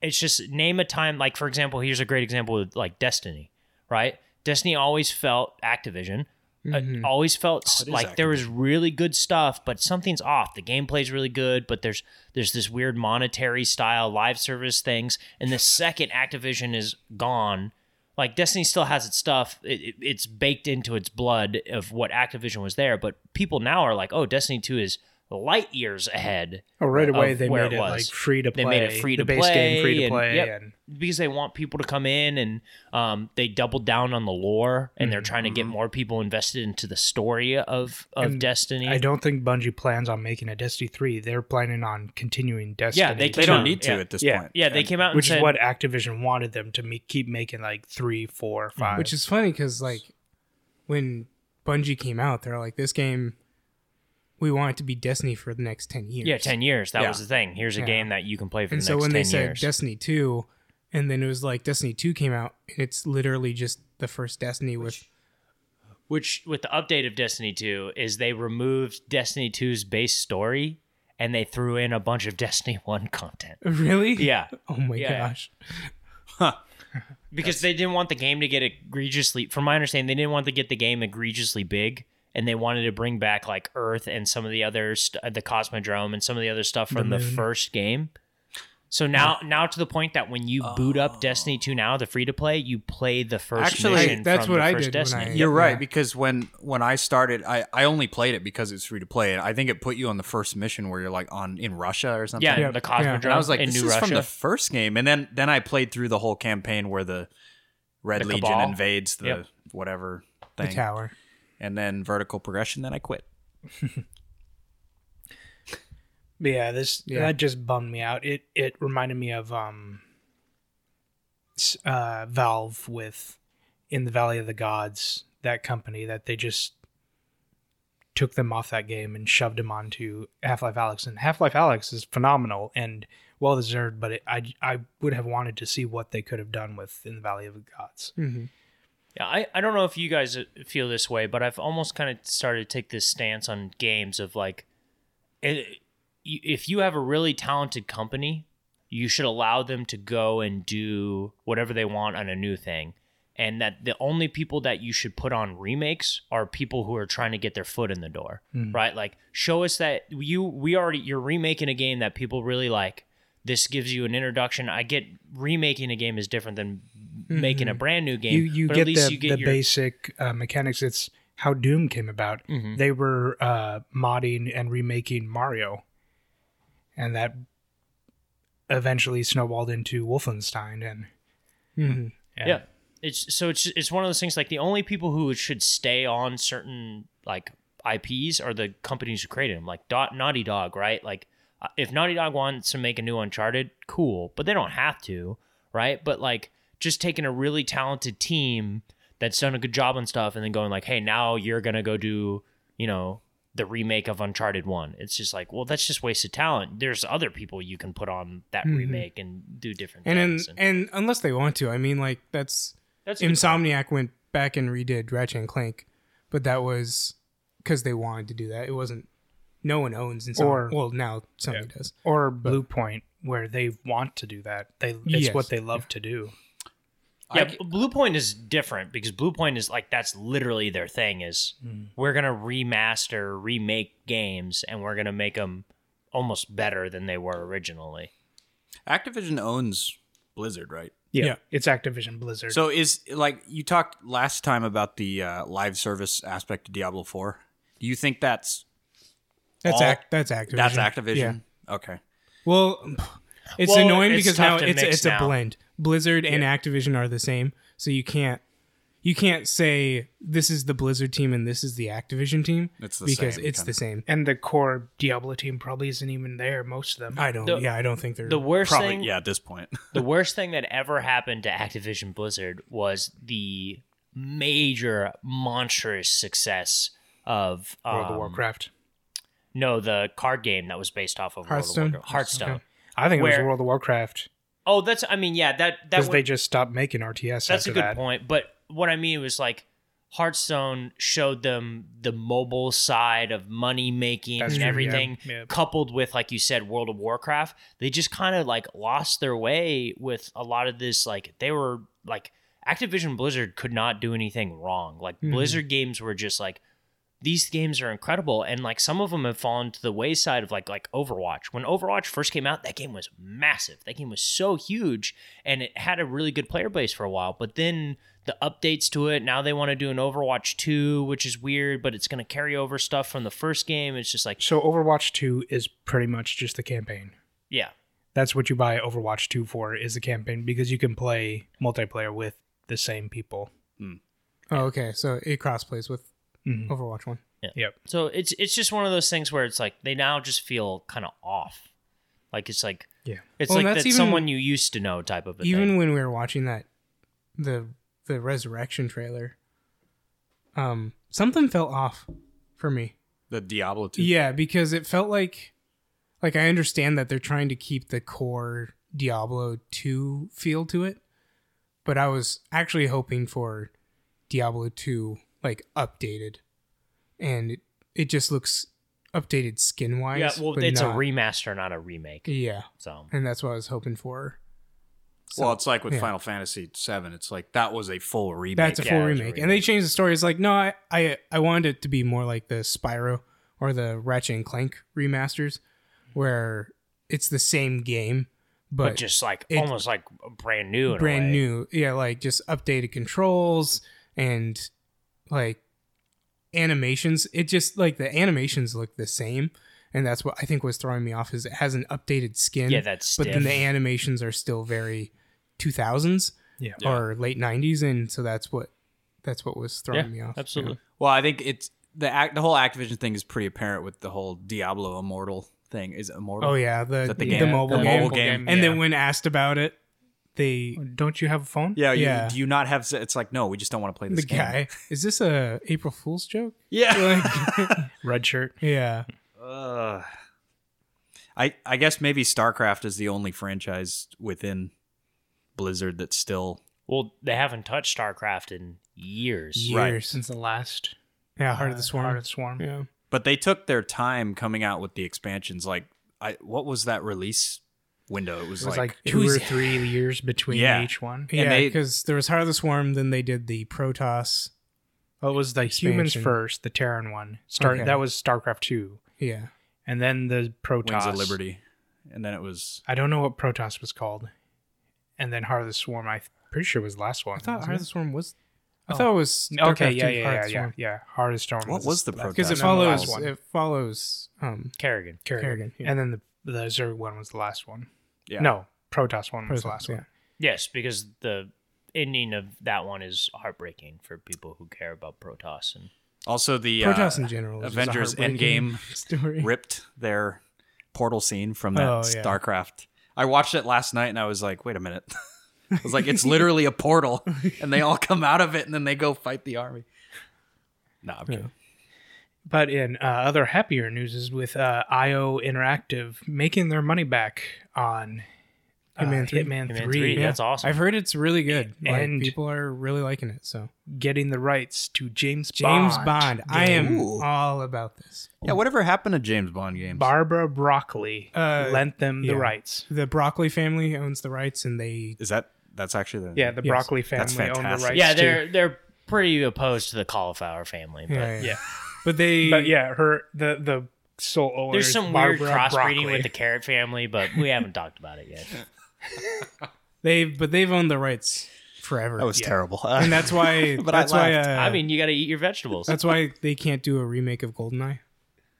S2: it's just name a time like for example, here's a great example with like Destiny, right? Destiny always felt Activision. uh,
S3: mm-hmm.
S1: Mm-hmm.
S2: always felt s-
S4: Oh, it is
S2: like there was really good stuff, but something's off. The gameplay's really good, but there's there's this weird monetary style live service things. And the second Activision is gone, like Destiny still has its stuff. It, it- it's baked into its blood of what Activision was there, but people now are like, oh, Destiny Two is light years ahead
S1: oh, right away
S2: of
S1: they
S2: where
S1: made
S2: it
S1: it, like
S2: was.
S1: free to play.
S2: They made it free to
S1: the base game
S2: play
S1: free to
S2: and-
S1: play
S2: yep.
S1: and
S2: because they want people to come in and um, they doubled down on the lore and they're trying to get more people invested into the story of of
S1: Mm-hmm. And
S2: Destiny.
S1: I don't think Bungie plans on making a Destiny 3. They're planning on continuing Destiny.
S2: they
S4: They
S2: Sure.
S4: don't need to
S2: Yeah.
S4: at this
S1: Yeah.
S4: point.
S2: yeah, they
S4: And-
S2: came out and
S1: which
S2: said,
S1: is what Activision wanted them to me- keep making like three, four, five.
S3: Mm, Which is funny because like when Bungie came out, they're like this game. We want it to be Destiny for the next ten years.
S2: yeah, ten years. That
S4: Yeah.
S2: was the thing. Here's a
S3: Yeah.
S2: game that you can play for
S3: and
S2: the
S3: so
S2: next
S3: when
S2: ten
S3: they said
S2: years.
S3: Destiny two, and then it was like Destiny two came out, and it's literally just the first Destiny with
S2: Which with the update of Destiny Two is they removed Destiny 2's base story and they threw in a bunch of Destiny One content.
S3: really
S2: Yeah.
S3: Oh my
S2: Yeah.
S3: gosh.
S2: because they didn't want the game to get egregiously from my understanding they didn't want to get the game egregiously big and they wanted to bring back like earth and some of the other st- uh, the cosmodrome and some of the other stuff from the, first game so now now to the point that when you boot up destiny 2 now the free to play you play the first
S4: Oh. Actually,
S2: mission
S3: I- that's
S2: from
S3: what
S2: the
S3: I
S2: first
S3: did when
S2: destiny
S3: I-
S4: You're
S3: Yeah.
S4: right because when when I started, I I only played it because it's free to play, and I think it put you on the first mission where you're like on in Russia or something.
S2: yeah,
S3: Yeah.
S2: the cosmodrome
S4: and I was like,
S2: in
S4: this
S2: new
S4: is
S2: russia
S4: from the first game, and then then I played through the whole campaign where the Red
S2: The
S4: Legion
S2: Cabal.
S4: invades the
S2: Yep.
S4: whatever
S3: The
S4: thing,
S3: tower.
S4: and then vertical progression. Then I quit.
S1: But yeah, this
S3: Yeah.
S1: that just bummed me out. It it reminded me of um s- uh Valve with in the Valley of the Gods, that company that they just took them off that game and shoved them onto Half Life Alex. And Half Life Alex is phenomenal and well deserved, but it, I I would have wanted to see what they could have done with In the Valley of the Gods.
S3: Mm-hmm.
S2: Yeah, I, I don't know if you guys feel this way, but I've almost kind of started to take this stance on games of like, i- if you have a really talented company, you should allow them to go and do whatever they want on a new thing. And that the only people that you should put on remakes are people who are trying to get their foot in the door,
S1: Hmm.
S2: right? Like, show us that you, we already, you're remaking a game that people really like. This gives you an introduction. I get remaking a game is different than making a brand new game.
S1: Hmm. You you
S2: but
S1: get
S2: at least
S1: the,
S2: you get
S1: the
S2: your,
S1: basic uh, mechanics. It's how Doom came about.
S2: Mm-hmm.
S1: They were uh, modding and remaking Mario, and that eventually snowballed into Wolfenstein. And
S3: Mhm.
S2: Yeah. It's so it's it's one of those things like the only people who should stay on certain like IPs are the companies who created them, like Dot Naughty Dog, right? Like uh, if Naughty Dog wants to make a new Uncharted, cool, but they don't have to, right? But like just taking a really talented team that's done a good job on stuff and then going like, hey, now you're gonna go do you know the remake of Uncharted One. It's just like, well, that's just wasted talent. There's other people you can put on that remake and do different
S3: Mm-hmm. And, in,
S2: things. and
S3: and unless they want to, I mean, like that's
S2: that's
S3: Insomniac went back and redid Ratchet and Clank, but that was because they wanted to do that. It wasn't. No one owns Insomniac.
S1: Or-
S3: well, now Sony does.
S1: or Blue Point, where they want to do that. They it's
S3: Yes.
S1: what they love to do.
S2: Yeah, B- Blue Point is different because Blue Point is like that's literally their thing is
S1: Hmm.
S2: we're gonna remaster, remake games, and we're gonna make them almost better than they were originally.
S4: Activision owns Blizzard, right?
S1: Yeah,
S3: Yeah.
S1: it's Activision Blizzard.
S4: So is like you talked last time about the uh, live service aspect of Diablo Four. Do you think that's
S3: That's
S4: All-
S3: act. That's Activision.
S4: that's
S3: Yeah.
S4: Activision? Okay.
S3: Well, it's
S2: Well,
S3: annoying
S2: it's
S3: because
S2: tough
S3: now
S2: to
S3: it's
S2: mix
S3: it's
S2: now.
S3: a blend. Blizzard and Activision are the same, so you can't you can't say this is the Blizzard team and this is the Activision team
S4: It's the
S3: because
S4: same
S3: it's
S4: kind
S3: the
S4: of-
S3: same.
S1: and the core Diablo team probably isn't even there. Most of them.
S3: I don't.
S2: The-
S3: yeah, I don't think they're
S2: The worst
S4: Probably
S2: thing,
S4: yeah, at this point.
S2: the worst thing that ever happened to Activision Blizzard was the major monstrous success of um,
S1: World of Warcraft.
S2: No, the card game that was based off of
S3: Hearthstone?
S2: World of Warcraft, Hearthstone.
S1: I think it
S2: where-
S1: was World of Warcraft
S2: Oh, that's I mean, yeah, that that
S1: because
S2: would-
S1: they just stopped making RTS
S2: That's
S1: after
S2: a good
S1: that.
S2: point. But what I mean was like Hearthstone showed them the mobile side of money making
S1: That's
S2: and
S1: true,
S2: everything,
S1: yeah, yeah.
S2: coupled with like you said, World of Warcraft. They just kind of like lost their way with a lot of this. Like they were like Activision Blizzard could not do anything wrong. Like Blizzard games were just like these games are incredible and like some of them have fallen to the wayside of like like Overwatch. When Overwatch first came out, that game was massive. That game was so huge and it had a really good player base for a while, but then the updates to it, now they want to do an Overwatch 2, which is weird, but it's going to carry over stuff from the first game. It's just like
S1: So Overwatch 2 is pretty much just the campaign.
S2: yeah.
S1: That's what you buy Overwatch 2 for is the campaign because you can play multiplayer with the same people.
S3: Oh, okay. So it crossplays with
S1: Mhm.
S3: Overwatch One.
S1: Yep.
S2: So it's it's just one of those things where it's like they now just feel kind of off. Like it's like
S1: Yeah.
S2: it's
S3: Well,
S2: like
S3: Oh, that's
S2: that's
S3: even-
S2: someone you used to know type of a
S3: Even
S2: thing.
S3: when we were watching that the the resurrection trailer, um, something fell off for me.
S4: the Diablo two.
S3: Yeah, because it felt like like I understand that they're trying to keep the core Diablo 2 feel to it, but I was actually hoping for Diablo 2 like updated. And it, it just looks updated skin wise.
S2: yeah, well, it's a remaster, not a remake.
S3: Yeah,
S2: So
S3: and that's what I was hoping for.
S4: well, it's like with
S3: yeah.
S4: Final Fantasy VII. It's like that was a full remake.
S3: That's a
S2: yeah,
S3: full
S2: it was a
S3: remake. And they changed the story. It's like, no, I, I I wanted it to be more like the Spyro or the Ratchet and Clank remasters where it's the same game,
S2: but,
S3: but,
S2: just like
S3: it-
S2: almost like brand new in a
S3: brand
S2: way.
S3: new. Yeah, like just updated controls and like animations. It just like the animations look the same. And that's what I think was throwing me off is it has an updated skin.
S2: Yeah, that's
S3: but then the
S2: stiff.
S3: animations are still very two thousands
S1: Yeah.
S3: or late nineties, and so that's what that's what was throwing me off.
S2: absolutely
S4: Well, I think it's the act, the whole Activision thing is pretty apparent with the whole Diablo Immortal thing. Is it
S3: Yeah.
S4: Immortal?
S3: Oh yeah, the
S4: that
S3: the,
S4: the game?
S3: mobile
S4: The
S3: game.
S4: mobile game.
S3: And
S1: yeah. Oh,
S3: then when asked about it, they
S1: Don't you have a phone?
S4: Yeah, you,
S3: Yeah.
S4: do you not have? It's like no, we just don't want to play
S3: the
S4: this game.
S3: guy is this a April Fool's joke?
S4: Yeah.
S1: Red shirt.
S3: Yeah,
S4: Ugh. I I guess maybe StarCraft is the only franchise within Blizzard that's still
S2: Well, they haven't touched StarCraft in years.
S4: Right.
S3: years.
S1: Since the last
S3: Yeah, Heart of the
S1: uh,
S3: Swarm.
S1: Heart of the Swarm.
S3: Yeah,
S4: but they took their time coming out with the expansions like I what was that release window? It was,
S1: It was
S4: like,
S1: like, two or
S3: Tuesday.
S1: three years between
S4: Yeah.
S1: each one.
S4: And
S3: yeah,
S4: they-
S3: because there was Heart of the Swarm, then they did the Protoss.
S1: Well, it was the humans
S3: Expansion.
S1: first, the Terran one. Star
S3: Okay.
S1: that was StarCraft two,
S3: Yeah,
S1: and then the Protoss.
S4: Wings of Liberty. And then it was
S1: I don't know what Protoss was called, and then Heart of the Swarm. I'm pretty sure was the last one.
S3: I thought
S1: wasn't
S3: Heart
S1: it?
S3: of the Swarm was. I
S1: Oh.
S3: thought it was StarCraft
S1: okay, yeah,
S3: II,
S1: yeah,
S3: Heart
S1: yeah,
S3: of the
S1: yeah,
S3: Swarm.
S1: yeah. Heart of the Storm.
S4: What was the
S1: last-
S4: Protoss?
S3: because it
S4: No, the
S3: follows
S1: last one.
S3: it follows um
S2: Kerrigan.
S3: Kerrigan, yeah.
S1: And then the the Zerg one was the last one.
S4: Yeah.
S1: No, Protoss one was
S3: Protoss,
S1: the last
S3: yeah.
S1: one.
S2: Yes, because the ending of that one is heartbreaking for people who care about Protoss and
S4: also the
S3: Protoss
S4: uh,
S3: in general. is just a
S4: Avengers
S3: heartbreaking
S4: Endgame
S3: story.
S4: ripped their portal scene from that
S3: Oh, yeah.
S4: StarCraft. I watched it last night and I was like, wait a minute. I was like, it's literally a portal, and they all come out of it, and then they go fight the army. No, I'm kidding.
S1: But in uh, other happier news is with uh, IO Interactive making their money back on uh,
S3: Hitman
S1: Hitman, 3.
S3: three.
S2: Hitman three, That's awesome.
S3: I've heard it's really good. Like,
S1: And-
S3: people are really liking it. So
S1: Getting the rights to James Bond.
S3: James Bond, I am
S4: Ooh.
S3: all about this.
S4: Yeah, whatever happened to James Bond games?
S1: Barbara Broccoli
S3: Uh,
S1: lent them
S3: yeah.
S1: the rights.
S3: The Broccoli family owns the rights, and they
S4: Is that that's actually the
S1: Yeah, the
S3: Yes.
S1: Broccoli
S4: That's
S1: family owned the
S4: fantastic.
S1: rights.
S2: yeah,
S1: to-
S2: they're they're pretty opposed to the cauliflower family, but
S3: yeah,
S1: yeah.
S3: but they
S1: But yeah, her the the sole owner.
S2: there's
S1: is
S2: some
S1: Barbara
S2: weird crossbreeding
S1: Broccoli.
S2: with the carrot family, but we haven't talked about it yet.
S3: they've but they've owned the rights forever.
S4: that was terrible.
S3: and that's why
S4: Oh. But I
S3: that's why
S4: laughed.
S3: uh,
S2: I mean, you got to eat your vegetables.
S3: that's why they can't do a remake of Goldeneye.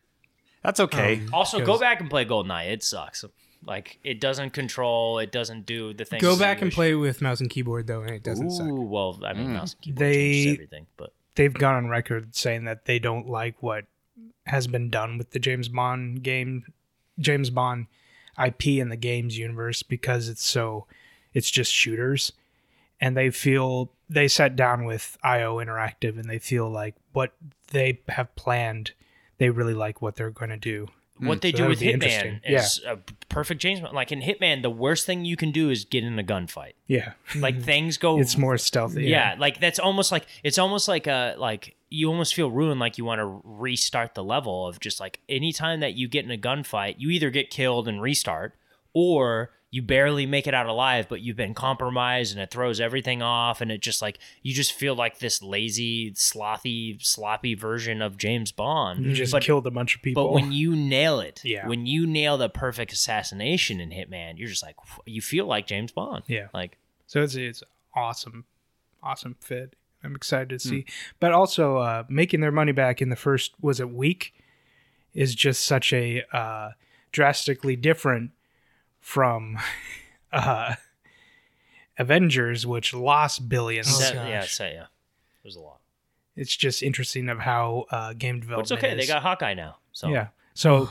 S4: that's okay.
S2: Also, go
S3: goes-
S2: back and play Goldeneye. It sucks. Like it doesn't control. It doesn't do the things.
S3: Go
S2: you
S3: back and
S2: wish.
S3: play with mouse and keyboard though, and it doesn't suck.
S2: Ooh, well, I
S1: Mm.
S2: mean, mouse and keyboard
S1: They-
S2: changes everything, but
S1: They've gone on record saying that they don't like what has been done with the James Bond game, James Bond IP in the games universe because it's so, it's just shooters, and they feel they sat down with IO Interactive and they feel like what they have planned, they really like what they're going to do.
S2: what they
S1: Mm, so
S2: do
S1: that
S2: with
S1: would be
S2: Hitman
S1: interesting.
S2: is a p- perfect change. Like in Hitman, the worst thing you can do is get in a gunfight.
S1: Yeah,
S3: Mm.
S2: Like things go.
S1: it's more stealthy.
S2: Yeah, like that's almost like it's almost like a like you almost feel ruined like you want to restart the level of just like anytime that you get in a gunfight, you either get killed and restart or you barely make it out alive, but you've been compromised and it throws everything off and it just like you just feel like this lazy, slothy, sloppy version of James Bond.
S1: you just
S2: but
S1: killed a bunch of people.
S2: but when you nail it,
S1: Yeah.
S2: when you nail the perfect assassination in Hitman, you're just like you feel like James Bond.
S1: Yeah.
S2: Like
S1: So it's it's awesome, awesome fit. I'm excited to see, but also uh, making their money back in the first was it week is just such a uh, drastically different from uh, Avengers, which lost billions.
S3: Oh,
S2: that-
S3: gosh.
S2: yeah, so, yeah. It was a lot.
S1: It's just interesting of how uh, game
S2: But it's
S1: development.
S2: okay. They
S1: is.
S2: got Hawkeye now. So
S1: yeah. So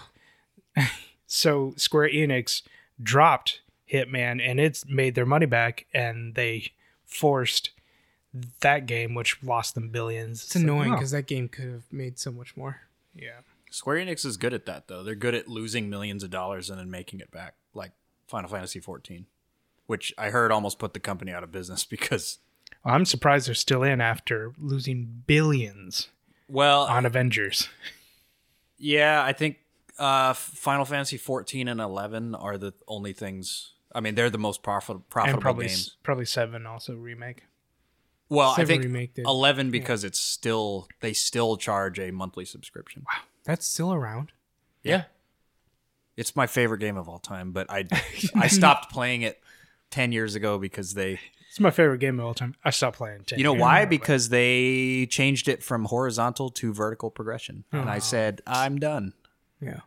S1: so Square Enix dropped Hitman and it's made their money back and they forced that game which lost them billions.
S3: It's
S1: like,
S3: annoying
S1: oh,
S3: because that game could have made so much more.
S1: yeah.
S4: Square Enix is good at that though. They're good at losing millions of dollars and then making it back, like Final Fantasy 14, which I heard almost put the company out of business because
S1: I'm surprised they're still in after losing billions
S4: well,
S1: on Avengers.
S4: Yeah, I think uh, Final Fantasy 14 and 11 are the only things. I mean, they're the most profit,
S1: And
S4: profitable
S1: probably
S4: games.
S1: probably 7 also remake.
S4: Well, I
S3: Seven
S4: think
S3: remake did.
S4: 11 because it's still they still charge a monthly subscription. Wow.
S3: That's still around.
S4: Yeah. It's my favorite game of all time, but I I stopped playing it 10 years ago because they
S1: It's my favorite game of all time. I stopped playing 10
S4: You know
S1: years
S4: why?
S1: ago, but-
S4: Because they changed it from horizontal to vertical progression. And I said, "I'm done."
S3: Yeah.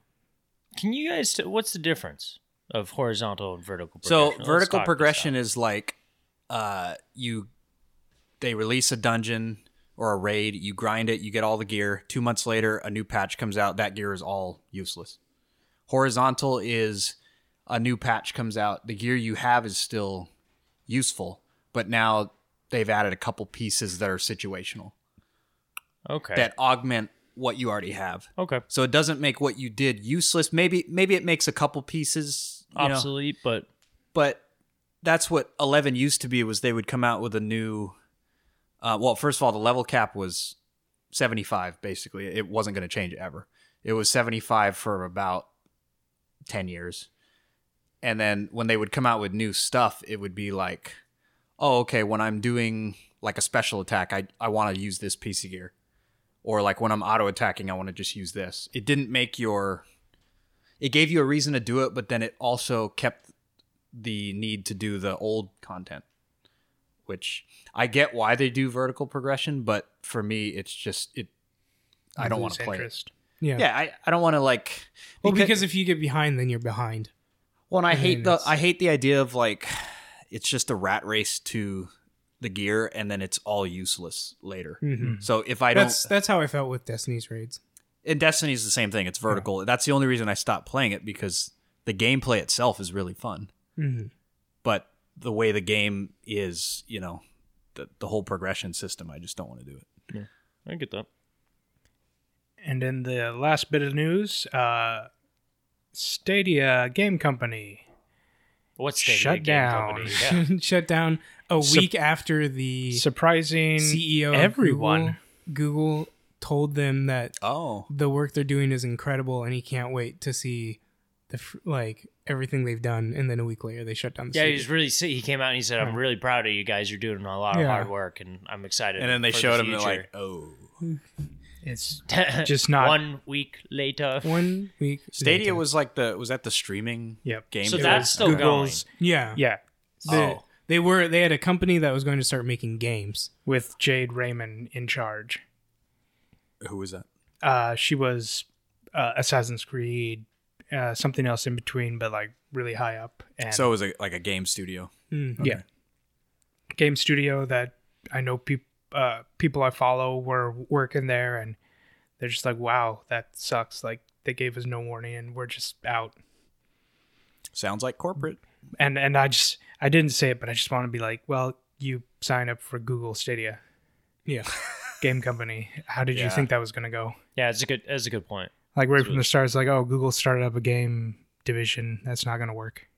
S2: Can you guys? T- what's the difference of horizontal and vertical?
S4: So
S2: progression? Let's
S4: vertical
S2: talk this
S4: progression
S2: out.
S4: is like uh you they release a dungeon or a raid, you grind it, you get all the gear. 2 months later a new patch comes out, that gear is all useless. Horizontal is a new patch comes out, the gear you have is still useful, but now they've added a couple pieces that are situational
S2: Okay.
S4: that augment what you already have.
S2: okay.
S4: So it doesn't make what you did useless. Maybe maybe it makes a couple pieces you know,
S2: Obsolete, but
S4: but that's what 11 used to be was they would come out with a new uh, well first of all the level cap was 75 basically it wasn't going to change ever it was 75 for about 10 years and then when they would come out with new stuff it would be like oh okay when i'm doing like a special attack i, I want to use this piece of gear or like when i'm auto attacking i want to just use this it didn't make your it gave you a reason to do it but then it also kept the need to do the old content, which I get why they do vertical progression, but for me, it's just it. I don't want to play
S1: interest.
S3: Yeah.
S4: it. Yeah, I, I don't want to like.
S3: Well, because if you get behind, then you're behind.
S4: well, and I hate
S3: mean,
S4: the
S3: it's-
S4: I hate the idea of like it's just a rat race to the gear, and then it's all useless later.
S1: Hmm. Mm-hmm.
S4: So if I don't,
S3: That's that's how I felt with Destiny's raids.
S4: and Destiny's the same thing. It's vertical. That's the only reason I stopped playing it because the gameplay itself is really fun.
S3: Mhm.
S4: But the way the game is, you know, the the whole progression system, I just don't want to do it.
S2: I get that.
S1: And in the last bit of news, uh, Stadia Game Company
S2: What's
S1: Shut down.
S2: Yeah.
S3: Shut down a
S1: Sup-
S3: week after the
S1: surprising
S4: E
S3: CEO. of
S1: everyone.
S3: Google, Google told them that
S4: Oh,
S3: the work they're doing is incredible, and he can't wait to see the f- like everything they've done. And then a week later, they shut down. The
S2: yeah,
S3: studio.
S2: he was really. sick. He came out and he said, "I'm really proud of you guys. You're doing a lot of
S3: Yeah.
S2: hard work, and I'm excited."
S4: and then they
S2: for the
S4: showed him. They're
S2: future."
S4: like, oh,
S1: It's just not-
S2: one week later.
S3: one week.
S4: Stadia
S3: later.
S4: was like the was that the streaming
S1: Yep.
S4: game.
S2: So
S4: thing?
S2: that's still
S1: Google's
S3: yeah
S1: yeah
S3: They,
S4: Oh.
S3: they were they had a company that was going to start making games.
S1: with Jade Raymond in charge.
S4: who was that?
S1: Uh, she was uh, Assassin's Creed, uh, something else in between, but like really high up. And
S4: So it was a, like a game studio.
S3: Mm.
S1: yeah, game studio that I know people uh, people I follow were working there, and they're just like, wow, that sucks. Like they gave us no warning, and we're just out.
S4: Sounds like corporate.
S1: And and I just I didn't say it, but I just want to be like, well, you sign up for Google Stadia
S3: Yeah,
S1: game company. How did
S4: Yeah.
S1: you think that was gonna go?
S2: Yeah, it's a good. That's a good point.
S1: Like right from the start, it's like, oh, Google started up a game division. That's not going to work.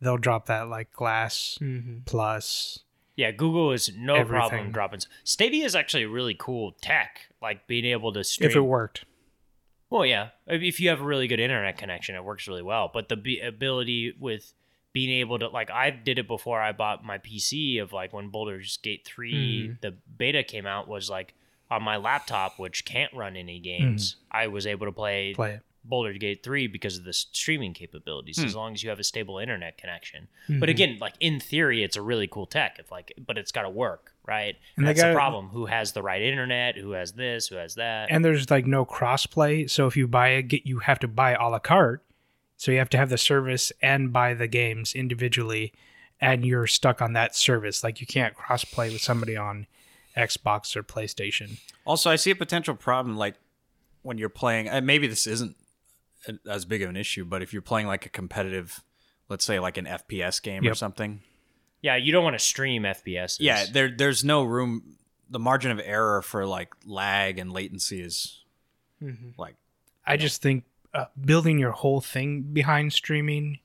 S1: They'll drop that like glass
S3: hmm
S1: plus.
S2: Yeah, Google is no problem
S1: Everything.
S2: dropping. Stadia is actually really cool tech, like being able to stream.
S1: If it worked,
S2: Well, yeah. If if you have a really good internet connection, it works really well. But the be- ability with being able to, like, I did it before I bought my PC of like when Boulder's Gate 3, the beta came out, was like on my laptop, which can't run any games, I was able to play,
S1: play it.
S2: Boulder's Gate 3 because of the s- streaming capabilities, as long as you have a stable internet connection. But again, like, in theory, it's a really cool tech. It's like, but it's got to work, right?
S1: And
S2: And
S1: they
S2: that's the
S1: gotta-
S2: problem. Who has the right internet? Who has this? Who has that?
S1: And there's like no crossplay, so if you buy it, get you have to buy a la carte. So you have to have the service and buy the games individually, and you're stuck on that service. Like you can't crossplay with somebody on Xbox or PlayStation.
S4: Also, I see a potential problem like when you're playing. uh, Maybe this isn't a- as big of an issue, but if you're playing like a competitive, let's say like an FPS game or
S1: Yep.
S4: something,
S2: Yeah, you don't want to stream FPSs.
S4: yeah, there there's no room. The margin of error for like lag and latency is like
S1: Mm-hmm. I just think uh, building your whole thing behind streaming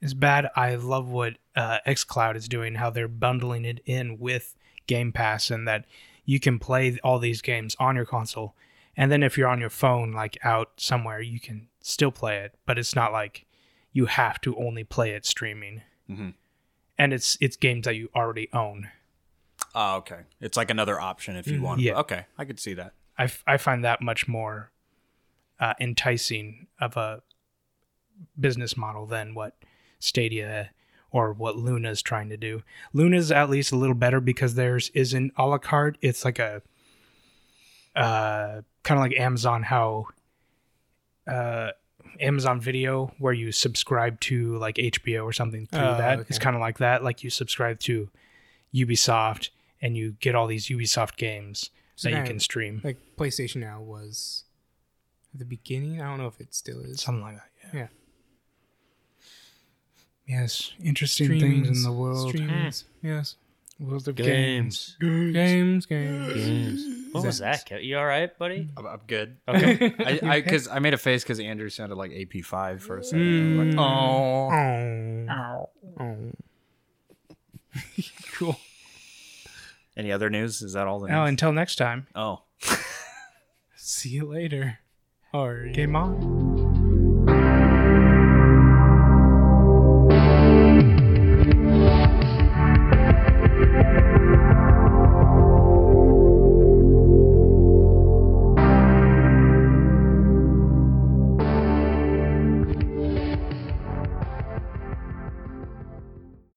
S1: is bad. I love what uh, XCloud is doing, how they're bundling it in with Game Pass, and that you can play all these games on your console. And then if you're on your phone, like out somewhere, you can still play it, but it's not like you have to only play it streaming.
S4: Mhm.
S1: And it's it's games that you already own.
S4: oh okay, it's like another option if you want.
S1: yeah.
S4: Okay, I could see that.
S1: I, f- I find that much more uh, enticing of a business model than what Stadia or what Luna's trying to do. Luna's at least a little better because theirs isn't a la carte. It's like a uh, kind of like Amazon, how uh, Amazon Video, where you subscribe to like HBO or something through
S3: Oh,
S1: that.
S3: okay.
S1: It's kind of like that. Like you subscribe to Ubisoft and you get all these Ubisoft games
S3: So
S1: that you
S3: now-
S1: can stream.
S3: like PlayStation Now was at the beginning. I don't know if it still is.
S1: something like that. Yeah.
S3: Yeah.
S1: Yes, interesting
S3: Streamings,
S1: things in the world.
S3: streamings. Yes.
S1: World of
S2: Games.
S3: Games, games.
S2: What was that? Kev? You all right, buddy?
S4: I'm, I'm good.
S2: Okay.
S4: I I because I made a face because Andrew sounded like AP five for a second. I'm like,
S3: 哦
S4: oh.
S1: Cool.
S4: Any other news? Is that all the news?
S1: Well, Oh, until next time,
S4: oh.
S3: See you later. Or
S1: game on.